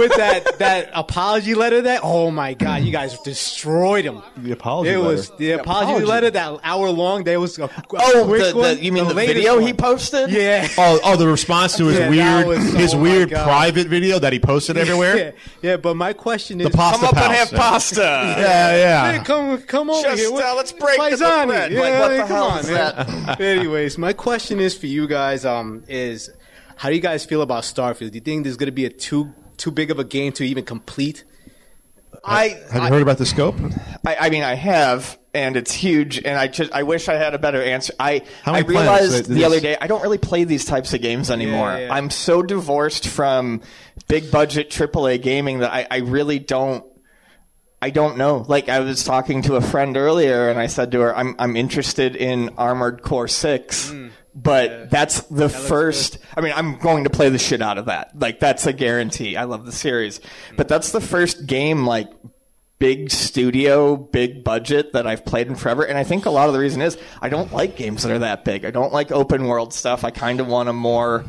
with that that apology letter. That oh my god, you guys destroyed him. The apology It was letter. the apology, apology. letter that hour long. There was a, a Oh, quick the- the- one, you mean the latest video he one. posted? Yeah. Oh, oh, the response to his Yeah, weird, that was- his oh my weird God. private video that he posted everywhere. Yeah, but my question is, The come pasta up and pals. have pasta. Yeah, yeah. Hey, come, come over Just, here. What- uh, let's break the Paisani. bread. Yeah, Like, what the come hell on, is man. Anyways, my question is for you guys: um, is how do you guys feel about Starfield? Do you think there's going to be a too too big of a game to even complete? I, Have I- you heard about the scope? I, I mean, I have, and it's huge, and I just I wish I had a better answer. I How I many planets realized that the other this- day I don't really play these types of games anymore. yeah. I'm so divorced from big budget AAA gaming that I, I really don't. I don't know. Like I was talking to a friend earlier, and I said to her, "I'm I'm interested in Armored Core Six, but that's the first. I mean, I'm going to play the shit out of that. Like that's a guarantee. I love the series, but that's the first game like big studio, big budget that I've played in forever. And I think a lot of the reason is I don't like games that are that big. I don't like open world stuff. I kind of want a more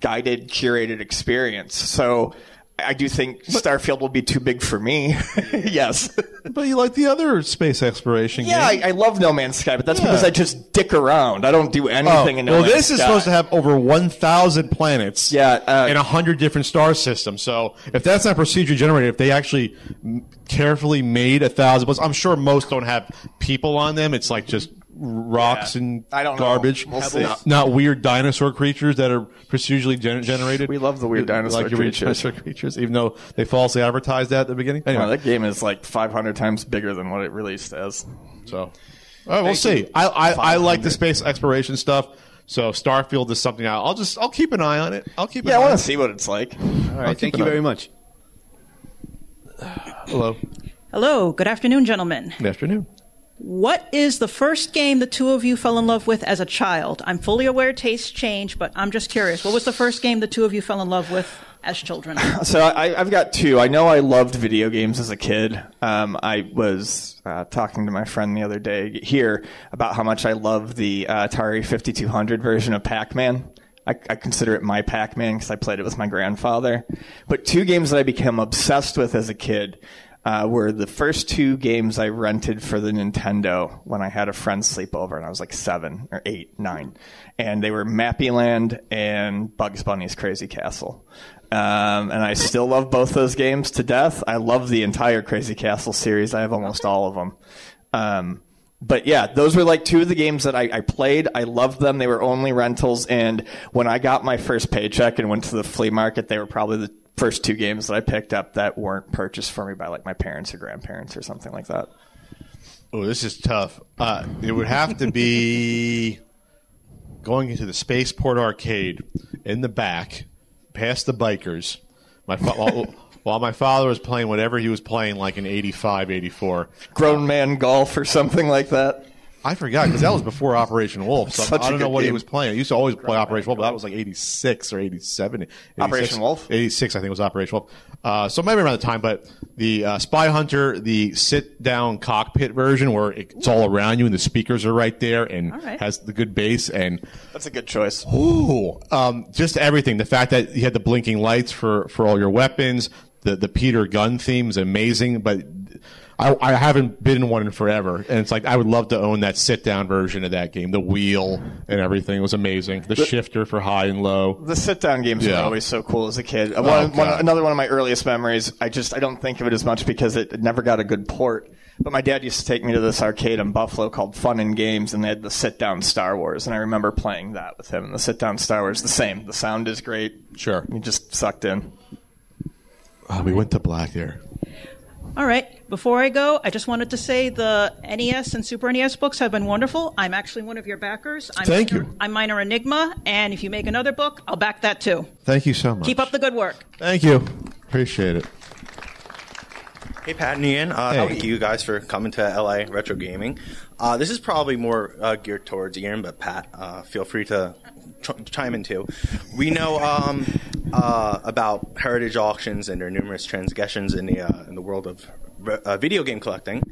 guided, curated experience. So. I do think Starfield will be too big for me. yes. But you like the other space exploration Yeah, game. I, I love No Man's Sky, but that's because I just dick around. I don't do Oh, anything in No well, Man's this is Sky. supposed to have over 1,000 planets Yeah, uh, in 100 different star systems. So if that's not procedure generated, if they actually m- carefully made a 1,000 planets, I'm sure most don't have people on them. It's like just rocks Yeah. and I don't know. garbage. We'll see. Not, not weird dinosaur creatures that are procedurally gen- generated. We love the weird Like dinosaur your weird creatures. dinosaur creatures, even though they falsely advertised that at the beginning. Anyway, Wow, that game is like 500 times bigger than what it released as. So, all right, we'll see. I, I, I like the space exploration stuff. So Starfield is something I, I'll just I'll keep an eye on it. I'll keep. Yeah, I an eye want on to see what it's like. All right, thank you very much. it. Hello, Hello, good afternoon, gentlemen. good afternoon. What is the first game the two of you fell in love with as a child? I'm fully aware tastes change, but I'm just curious. What was the first game the two of you fell in love with as children? So I, I've got two. I know I loved video games as a kid. Um, I was uh, talking to my friend the other day here about how much I love the uh, Atari 5200 version of Pac-Man. I, I consider it my Pac-Man because I played it with my grandfather. But two games that I became obsessed with as a kid uh, were the first two games I rented for the Nintendo when I had a friend sleep over, and I was like seven or eight, nine, and they were Mappy Land and Bugs Bunny's Crazy Castle. Um, and I still love both those games to death. I love the entire Crazy Castle series. I have almost all of them. Um, but yeah, those were like two of the games that I, I played. I loved them. They were only rentals. And when I got my first paycheck and went to the flea market, they were probably the first two games that I picked up that weren't purchased for me by like my parents or grandparents or something like that. Oh, this is tough. Uh, it would have to be going into the spaceport arcade in the back, past the bikers. My fa- while, while my father was playing whatever he was playing, like in 85, 84. Grown man golf or something like that. I forgot because that was before Operation Wolf. So Such I a don't know good what he game. was playing. I used to always play Operation Wolf, but that was like 86 or 87. 86. Operation Wolf? 86, I think, was Operation Wolf. Uh, so maybe around the time, but the uh, Spy Hunter, the sit down cockpit version where it's all around you and the speakers are right there and All right. has the good bass and That's a good choice. Ooh, um, just everything. The fact that you had the blinking lights for, for all your weapons. The the Peter Gunn theme is amazing, but I, I haven't been in one in forever, and it's like I would love to own that sit down version of that game. The wheel and everything was amazing. The, shifter for high and low. The sit down games Yeah. were always so cool as a kid. Uh, Oh, One one- God. another one of my earliest memories. I just I don't think of it as much because it, it never got a good port. But my dad used to take me to this arcade in Buffalo called Fun and Games, and they had the sit down Star Wars, and I remember playing that with him. And the sit down Star Wars, the same. The sound is great. Sure, you just sucked in. Oh, we went to black there. All right. Before I go, I just wanted to say the NES and Super NES books have been wonderful. I'm actually one of your backers. I'm Thank minor, you. I'm minor Enigma, and if you make another book, I'll back that too. Thank you so much. Keep up the good work. Thank you. Appreciate it. Hey, Pat and Ian. Uh, Hey. Thank you guys for coming to LA Retro Gaming. Uh, this is probably more uh, geared towards Ian, but Pat, uh, feel free to ch- chime in too. We know um, uh, about heritage auctions and their numerous transgressions in the, uh, in the world of re- uh, video game collecting.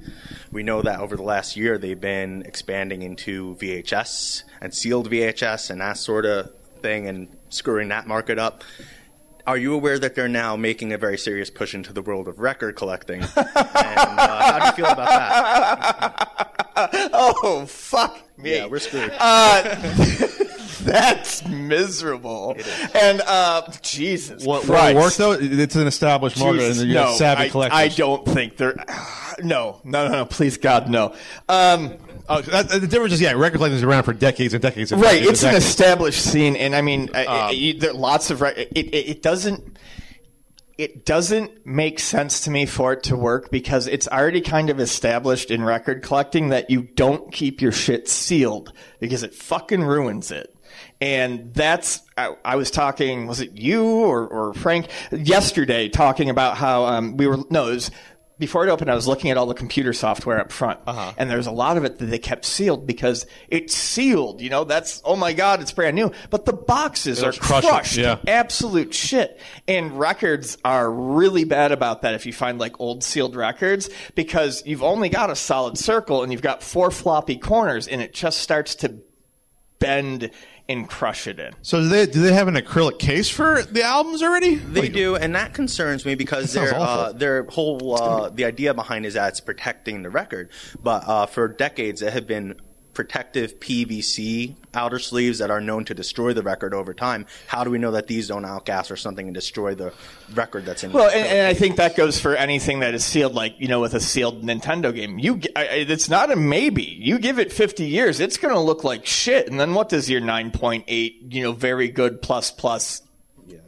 We know that over the last year they've been expanding into VHS and sealed VHS and that sort of thing and screwing that market up. Are you aware that they're now making a very serious push into the world of record collecting? and uh, how do you feel about that? Oh fuck me! Yeah, we're screwed. Uh, that's miserable. And uh, Jesus What, what Christ. work though? It's an established market, Jesus, and you got savvy I, collectors. I don't think they're. No, no, no, no. Please, God, no. Um, oh, that, the difference is, yeah, record collecting is around for decades and decades. And Right, decades it's an and decades. established scene, and I mean, I- Um, I- you- there are lots of right. It, it, it doesn't. It doesn't make sense to me for it to work because it's already kind of established in record collecting that you don't keep your shit sealed because it fucking ruins it. And that's, I, I was talking, was it you or, or Frank yesterday talking about how um, we were, no, it was before it opened, I was looking at all the computer software up front, Uh-huh. and there's a lot of it that they kept sealed because it's sealed. You know, that's oh my god, it's brand new. But the boxes They'll are crush it, crushed, yeah. absolute shit. And records are really bad about that. If you find like old sealed records, because you've only got a solid circle and you've got four floppy corners, and it just starts to bend and crush it in. So do they do they have an acrylic case for the albums already? They do, and that concerns me because That sounds their uh, awful. their whole uh, the idea behind is that it's protecting the record, but uh, for decades it had been protective PVC outer sleeves that are known to destroy the record over time. How do we know that these don't outgas or something and destroy the record that's in? Well, and, and I think that goes for anything that is sealed, like you know, with a sealed Nintendo game. You, g- I- I- it's not a maybe. You give it fifty years, it's going to look like shit. And then what does your nine point eight, you know, very good plus plus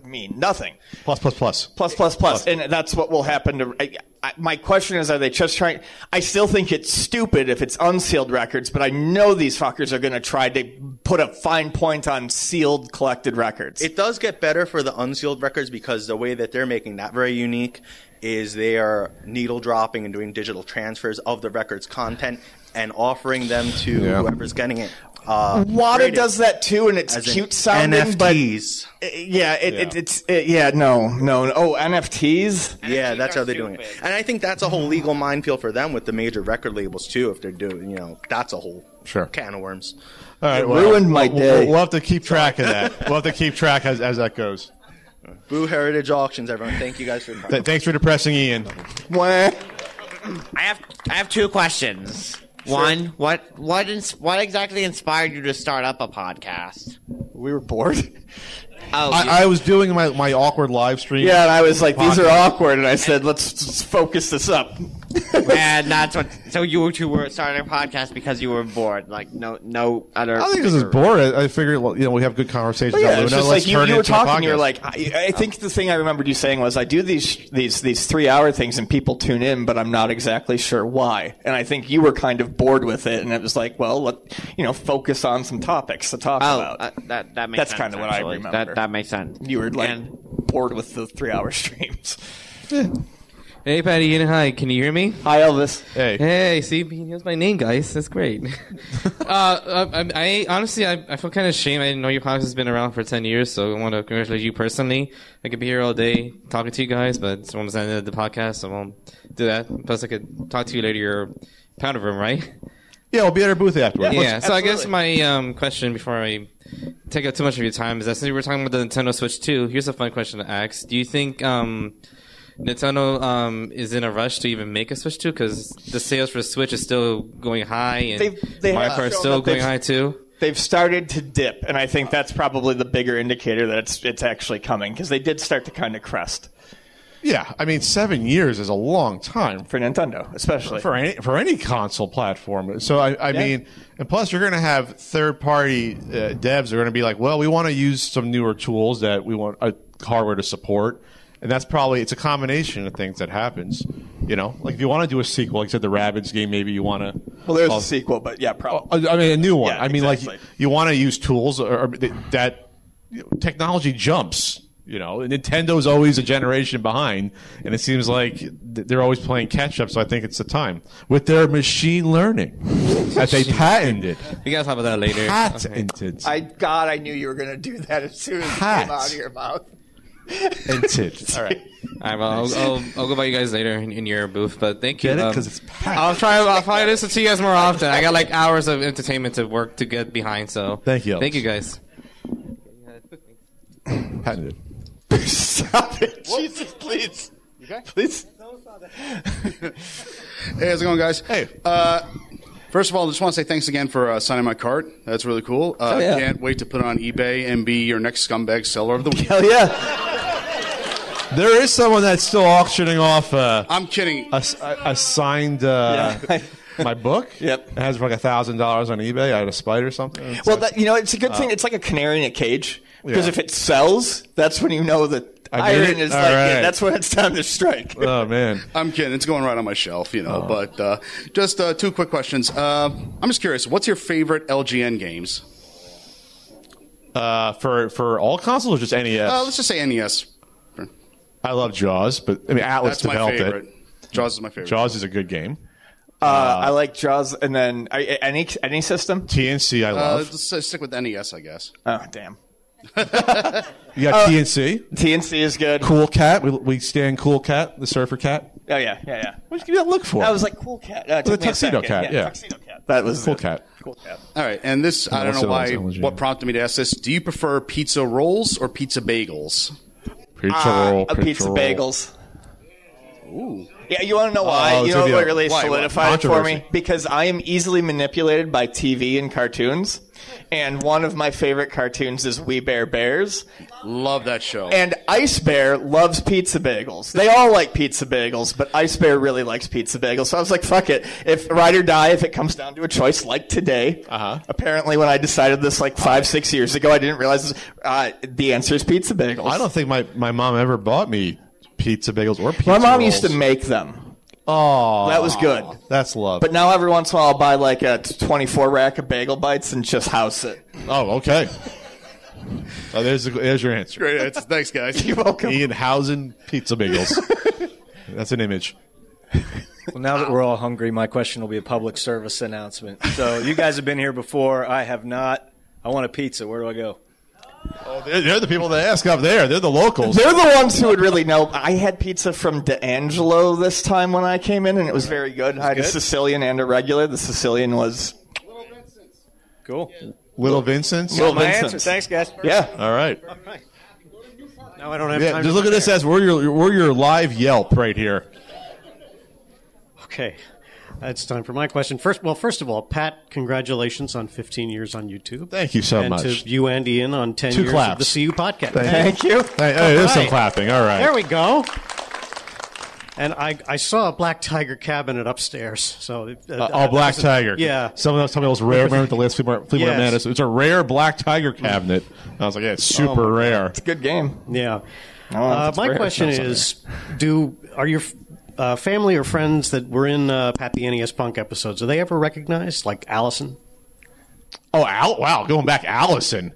mean? Nothing. Plus plus plus. Plus, plus, plus. And that's what will happen to. I, I, my question is, are they just trying? I still think it's stupid if it's unsealed records, but I know these fuckers are going to try to put a fine point on sealed collected records. It does get better for the unsealed records because the way that they're making that very unique is they are needle dropping and doing digital transfers of the record's content and offering them to Yeah. whoever's getting it. Uh, Wada graded does that too, and it's as in cute sounding, but NFTs. Uh, yeah, it, It, it's it, yeah, no, no, no. Oh, NFTs. yeah, that's how they're doing it. And I think that's a whole legal minefield for them with the major record labels too. If they're doing, you know, that's a whole Sure. can of worms. All right, It well, ruined my we'll- day. We'll, have to keep track of that. We'll have to keep track as, as that goes. Boo Heritage Auctions, everyone. Thank you guys for coming. Th- thanks for depressing Ian. What? I have I have two questions. One, what what ins- what exactly inspired you to start up a podcast? We were bored. Oh, you- I, I was doing my, my awkward live stream. Yeah, and I was like, these are awkward, and I said, let's, let's focus this up. and that's what. So you two were starting a podcast because you were bored, like no no other. I don't think this is boring. I figured well, you know we have good conversations. But yeah, on it's Luna. just Let's like you, turn you it were into a talking. You were podcast. like, I, I think the thing I remembered you saying was, I do these these these three hour things, and people tune in, but I'm not exactly sure why. And I think you were kind of bored with it, and it was like, well, let you know, focus on some topics to talk Oh, about. uh, that that makes That's sense, kind of what I actually. remember. That that makes sense. you were like And- bored with the three hour streams. Hey, Patty, Ian, hi. Can you hear me? Hi, Elvis. Hey. Hey, see, he knows my name, guys. That's great. uh, I, I honestly, I, I feel kind of ashamed. I didn't know your podcast has been around for 10 years, so I want to congratulate you personally. I could be here all day talking to you guys, but it's almost the end of the podcast, so I won't do that. Plus, I could talk to you later, your pound of room, right? yeah, we'll be at our booth afterwards. Yeah, Let's- so I guess my um, question before I take up too much of your time is that since we were talking about the Nintendo Switch 2, here's a fun question to ask. Do you think um, Nintendo um, is in a rush to even make a Switch 2 because the sales for Switch is still going high and They've- they Mario have Kart's shown still that they've- going high too. They've started to dip, and I think that's probably the bigger indicator that it's it's actually coming because they did start to kind of crest. Yeah, I mean, seven years is a long time for Nintendo, especially for any for any console platform. So I, I Yeah. mean, and plus you're going to have third party uh, devs are going to be like, well, we want to use some newer tools that we want uh, hardware to support, and that's probably it's a combination of things that happens. You know, like if you want to do a sequel, like you said the Rabbids game, maybe you want to. Well, there's a sequel, but yeah, probably. I mean, a new one. Yeah, I mean, like exactly. you want to use tools or, or th- that you know, technology jumps. You know, Nintendo's always a generation behind, and it seems like th- they're always playing catch up. So I think it's the time with their machine learning that they patented. We gotta talk about that later. Patented. I God, I knew you were going to do that as soon as it Hats. came out of your mouth. Patented. All right. All right. Well, I'll, I'll, I'll go by you guys later in, in your booth, but thank you. Get it? um, 'Cause it's I'll try. I'll probably listen to you guys more often. I got like hours of entertainment to work to get behind. So Thank you, Alex. Thank you guys. Patented. Stop it, Jesus, please, please. Hey, how's it going, guys? Hey. Uh, first of all, I just want to say thanks again for uh, signing my card. That's really cool. Uh, Oh, Hell yeah. Can't wait to put it on eBay and be your next scumbag seller of the week. Hell Oh, yeah! There is someone that's still auctioning off. Uh, I'm kidding. A, s- a- a signed uh, my book. Yep, it has like a thousand dollars on eBay. I had a spider or something. Well, that, you know, it's a good Uh, thing. It's like a canary in a cage because Yeah. if it sells, that's when you know that I did iron it? is All like yeah, right. that's when it's time to strike. Oh man, I'm kidding. It's going right on my shelf, you Oh. know. But uh, just uh, two quick questions. Uh, I'm just curious. What's your favorite LGN games? Uh, for for all consoles or just NES? Uh, let's just say NES. I love Jaws, but I mean Atlas That's my developed favorite. it. Jaws is my favorite. Jaws is a good game. Uh, I like Jaws, and then I, I- any any system. TNC, I Uh, love. let's uh, stick with NES, I guess. Oh damn! you got TNC. TNC is good. Cool Cat. We, we stand Cool Cat, the Surfer Cat. Oh yeah, yeah, yeah. What'd you give that look for? I was like, cool cat. Uh, it the took me a tuxedo second. cat. Yeah, tuxedo cat. That was Cool it. Cat. Cool cat. All right, and this I don't know Also why. is LGN. What prompted me to ask this? Do you prefer pizza rolls or pizza bagels? Pizza Ah, roll, a pizza pizza roll. bagels. Ooh. Yeah, you want to know why? Oh, it's you know gonna be what a- really why, why? solidified it for me? Controversy. Because I am easily manipulated by TV and cartoons, and one of my favorite cartoons is We Bear Bears. Love that show. And Ice Bear loves pizza bagels. They all like pizza bagels, but Ice Bear really likes pizza bagels. So I was like, fuck it. If ride or die, if it comes down to a choice like today, uh-huh. apparently when I decided this like five, six years ago, I didn't realize uh, the answer is pizza bagels. I don't think my, my mom ever bought me pizza bagels or pizza My mom rolls. used to make them. Oh, That was good. That's love. But now every once in a while, I'll buy like a 24 rack of bagel bites and just house it. Oh, okay. Oh, there's the, there's your answer. Great answer. Thanks, guys. You're welcome. Ian Housen pizza bagels. That's an image. Well, now that we're all hungry, my question will be a public service announcement. So you guys have been here before. I have not. I want a pizza. Where do I go? Oh, they're, they're the people that ask up there. They're the locals. They're the ones who would really know. I had pizza from D'Angelo this time when I came in, and it was very good. I had a good? Sicilian and a regular. The Sicilian was Cool. Little Vincent's. Got my answer. Thanks, guys. Yeah. All right. Now I don't have Yeah, time. just to look at this as we're your we're your live Yelp right here. Okay. It's time for my question. First, well, first of all, Pat, congratulations on 15 years on YouTube. Thank you so and much. to you and Ian on 10 Two years of the claps. CU podcast. Thank you. Hey, hey, there's some clapping. All right. There we go. And I, I saw a black tiger cabinet upstairs. So uh, Uh, oh, Black Tiger. Yeah. Someone else told me it was rare. Remember at the last Flea Mar- Flea Market Yes. Madness? It's a rare Black Tiger cabinet. And I was like, yeah, it's super rare. It's a good game. Yeah. know if Uh, it's my Oh, rare, it's question not something. is: Do are your uh, family or friends that were in uh, Pat the NES Punk episodes? Are they ever recognized, like Allison? Oh, Al- wow. Going back, Allison.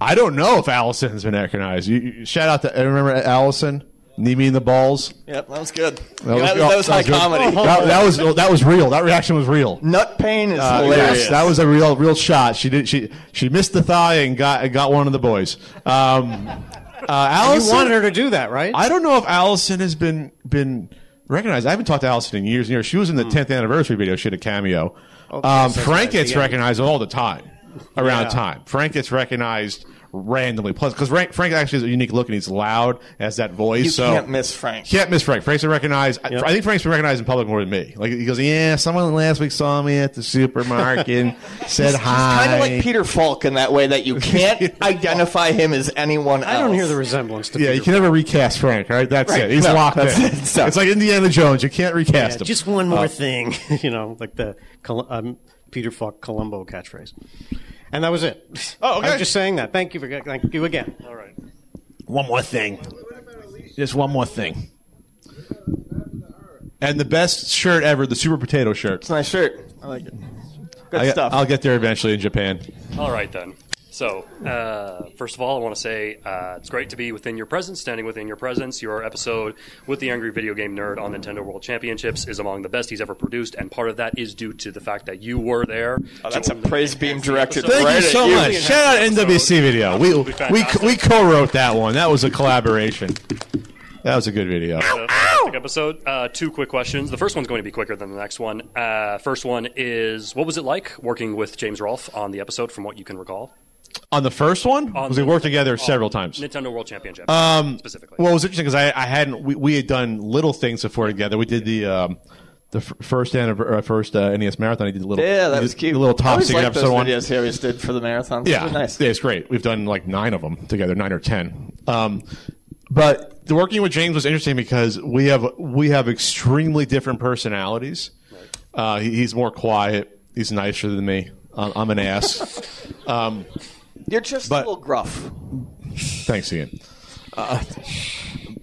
I don't know if Allison has been recognized. You, you- shout out to, I remember Allison, Knee Me in the Balls. Yep, that was good. That oh, was, that was, high good. comedy. That, Oh. that was that was real. That reaction was real. Oh. Nut pain is Uh, hilarious. yes, that was a real real shot. She did she she missed the thigh and got got one of the boys. Um, uh, Allison, you wanted her to do that, right? I don't know if Allison has been been recognized. I haven't talked to Allison in years and years. She was in the tenth anniversary video. She had a cameo. Hmm. Okay, um, so that's Frank right, gets yeah. recognized all the time around Yeah. time. Frank gets recognized randomly. Plus, because Frank, Frank actually has a unique look and he's loud, has that voice. You so can't miss Frank. Can't miss Frank. Frank's been recognized. I, Yep. I think Frank's been recognized in public more than me. Like he goes, yeah, someone last week saw me at the supermarket and said hi. Kind of like Peter Falk in that way that you can't identify him as anyone else. I don't hear the resemblance to Yeah, you can never recast Frank. All right, that's Right. it. He's No, locked that's in. it. So- It's like Indiana Jones. You can't recast Yeah, him. Just one more Uh, thing, you know, like the Col- um, Peter Falk Columbo catchphrase. And that was it. Oh, okay. I'm just saying that. Thank you for thank you again. All right. One more thing. Just one more thing. And the best shirt ever, the Super Potato shirt. It's a nice shirt. I like it. Good stuff. I'll get there eventually in Japan. All right then. So, uh, first of all, I want to say uh, it's great to be within your presence, standing within your presence. Your episode with the Angry Video Game Nerd on Nintendo World Championships is among the best he's ever produced, and part of that is due to the fact that you were there. Oh, that's a praise beam directed Thank right you at so you. much. Shout out NWC video. We we fantastic. we co-wrote that one. That was a collaboration. That was a good video. It's a fantastic episode. Uh, two quick questions. The first one's going to be quicker than the next one. Uh, first one is what was it like working with James Rolfe on the episode, from what you can recall? On the first one, On because we the- worked together several on times. Nintendo World Championship. Um, specifically. Well, it was interesting because I, I hadn't. We, we had done little things before together. We did the um, the f- first anniver- uh, first uh, NES marathon. I did the little Yeah, that we was did cute. The little I top always secret liked episode those one. videos he always did for the marathon. Yeah, They're nice. yeah, it's great. We've done like nine of them together, nine or ten. Um, but the working with James was interesting because we have we have extremely different personalities. Uh, he, he's more quiet. He's nicer than me. I'm, I'm an ass. um, You're just a But- little gruff. Thanks, Ian. Uh,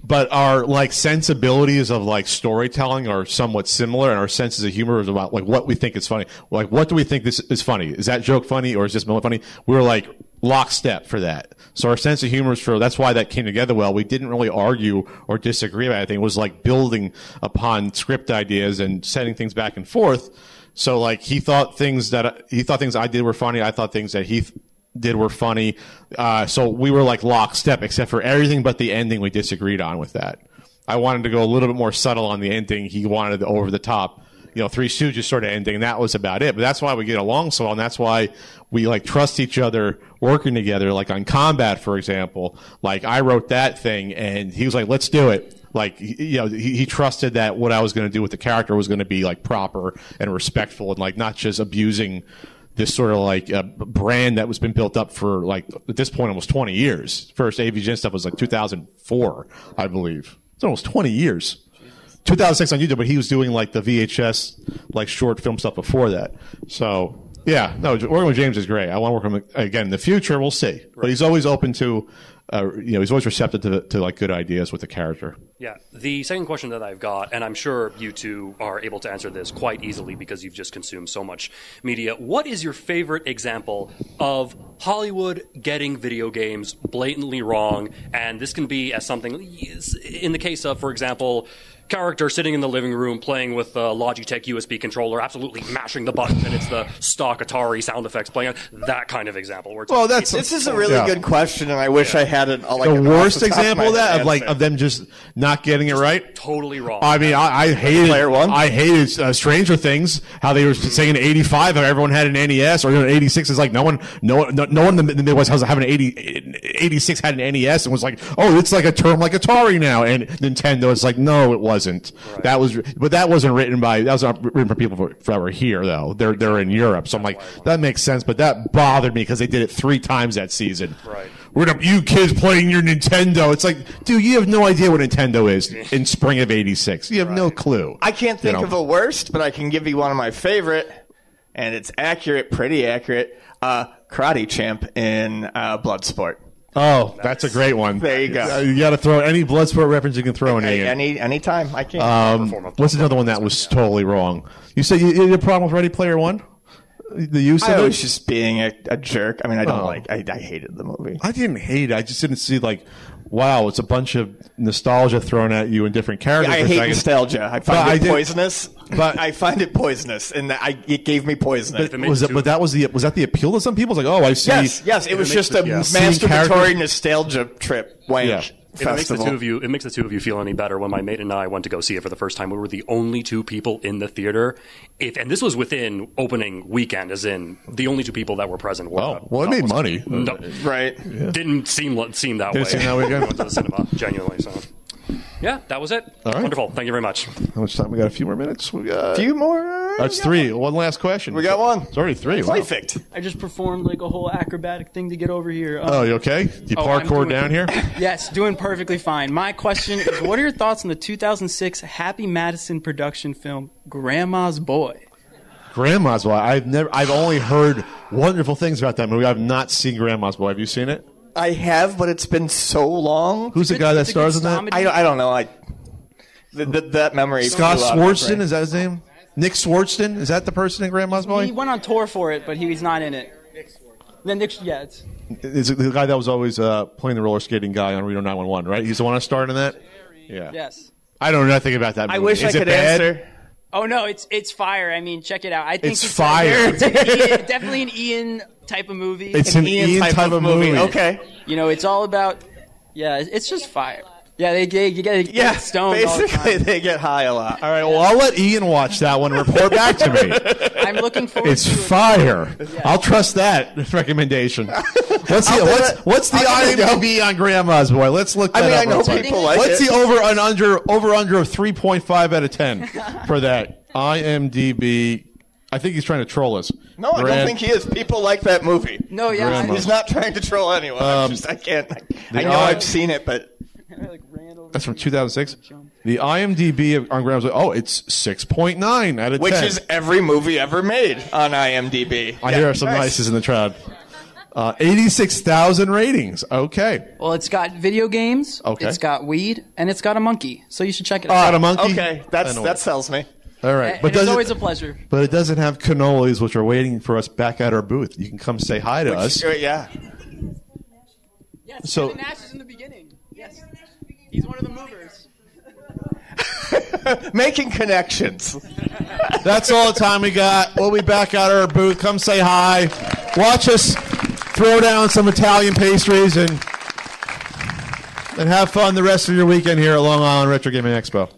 but our like sensibilities of like storytelling are somewhat similar, and our senses of humor is about like what we think is funny. Like, what do we think this is funny? Is that joke funny, or is this moment funny? We're like lockstep for that. So our sense of humor is for that's why that came together well. We didn't really argue or disagree about anything. It was like building upon script ideas and setting things back and forth. So like he thought things that he thought things I did were funny. I thought things that he th- did were funny. Uh, so we were like lockstep, except for everything but the ending we disagreed on with that. I wanted to go a little bit more subtle on the ending. He wanted the over the top, you know, Three Stooges sort of ending. That was about it. But that's why we get along so well, and that's why we like trust each other working together. Like on combat, for example, like I wrote that thing, and he was like, "Let's do it." Like he- you know, he, he trusted that what I was going to do with the character was going to be like proper and respectful, and like not just abusing this sort of like uh, b- brand that was been built up for like at this point almost 20 years. First AVGN stuff was like 2004, I believe. It's almost 20 years. 2006 on YouTube, but he was doing like the VHS like short film stuff before that. So yeah, no, working with James is great. I want to work with him again in the future. We'll see, but he's always open to, uh, you know, he's always receptive to, to like good ideas with the character. Yeah. The second question that I've got, and I'm sure you two are able to answer this quite easily because you've just consumed so much media. What is your favorite example of Hollywood getting video games blatantly wrong? And this can be as something, in the case of, for example, character sitting in the living room playing with a Logitech USB controller, absolutely mashing the button, and it's the stock Atari sound effects playing. That kind of example. Where it's Well, like, that's it's- this is a really Yeah. good question, and I wish I had it. Like, the an worst off top example my of that head of like answer. of them just not getting it right. Totally wrong. I mean, I, I hated I hated uh, Stranger Things. How they were saying in '85, how everyone had an NES, or you know, '86 is like no one, no one, no, no one in the Midwest has having an 80, '86 had an NES and was like, oh, it's like a term like Atari now, and Nintendo is like, no, it wasn't. That was, but that wasn't written by that was not written for people for- that were here though. They're they're in Europe, so I'm like, that makes sense. But that bothered me because they did it three times that season. Right. We're gonna you kids playing your Nintendo. It's like, dude, you have no idea what Nintendo is in spring of '86. You have no clue. I can't think You know. of a worst, but I can give you one of my favorite, and it's accurate, pretty accurate. Uh, karate champ in uh, Bloodsport. Oh, that's, a great one. There you go. Uh, You got to throw any Bloodsport reference you can throw in. Ian. Any any time I can. Um, what's another one that was totally wrong? You said you, you had a problem with Ready Player One. The use of I it? was just being a, a jerk. I mean, I don't Oh. like. I, I hated the movie. I didn't hate it. I just didn't see like, wow, it's a bunch of nostalgia thrown at you in different characters. I for a hate second. nostalgia. I But find it did- poisonous. But I find it poisonous, and that I, it gave me poison. But, was it, but that was the was that the appeal to some people? It's like, oh, I see. yes, yes, it was just a Yeah. Seeing masturbatory characters- nostalgia trip. Wank. Yeah. If it makes the festival. two of you, it makes the two of you feel any better. When my mate and I went to go see it for the first time, we were the only two people in the theater. If and this was within opening weekend, as in the only two people that were present. Were oh, well, it made money. No, right? Didn't seem li- seem that Didn't way. seem that way again. went to the cinema genuinely. So, yeah, that was it. All right. Wonderful. Thank you very much. How much time we got? A few more minutes. We got few more. That's three. One last question. We got one. It's already three. Wow. I just performed like a whole acrobatic thing to get over here. Um, Oh, you okay? You oh, I'm parkour doing- down here? Yes, doing perfectly fine. My question is what are your thoughts on the 2006 Happy Madison production film, Grandma's Boy? Grandma's Boy. I've never. I've only heard wonderful things about that movie. I've not seen Grandma's Boy. Have you seen it? I have, but it's been so long. Who's the guy that stars in that? I, don't- I don't know. I th- th- that memory. Scott flew out of my Swartzen brain. is that his name? Nick Swartzen is that the person in Grandma's He Boy? went on tour for it, but he was not in it. Then Nick, yeah, it's, Is it the guy that was always uh, playing the roller skating guy on Reno 911? Right? He's the one I starred in that. Yeah. yes. I don't know nothing about that. Movie. I wish Is I it could bad? answer. Oh no, it's it's fire. I mean, check it out. I think It's a- fire. it's an Ian- definitely an Ian type of movie. It's An an Ian Ian type type of of movie. movie. Okay. You know, it's all about. Yeah, it's just fire. Yeah, they they you get yeah, Yeah, stoned. all the basically they get high a lot. All right. Well, I'll let Ian watch that one. and Report back to me. I'm looking forward. It's fire. I'll trust that recommendation. What's the I'll do what's, it. what's the I'll do it. IMDb on Grandma's Boy? Let's look I that mean, up. I know real quick. people like what's it. the over and under over under of three point five out of ten for that IMDb? I think he's trying to troll us. No, I don't think he is. People like that movie. No, yeah. Grandma. he's not trying to troll anyone. I'm Um, just, I can't. the I know I- I've seen it, but that's from two thousand six. The IMDb of- on Grandma's Boy. Oh, it's six point nine out of which ten. is every movie ever made on IMDb. I Yeah, hear some nice. nices in the crowd. Uh, Eighty-six thousand ratings. Okay. Well, it's got video games. Okay. It's got weed, and it's got a monkey. So you should check it Oh, out. and a monkey? Okay, that's- that sells me. All right, And but it's does it- always a pleasure. But it doesn't have cannolis, which are waiting for us back at our booth. You can come say hi to Which- us. uh, yeah. So- Kevin Nash is in the beginning. Yes. He's one of the movers. Making connections. That's all the time we got. We'll be back at our booth. Come say hi. Watch us throw down some Italian pastries and and have fun the rest of your weekend here at Long Island Retro Gaming Expo.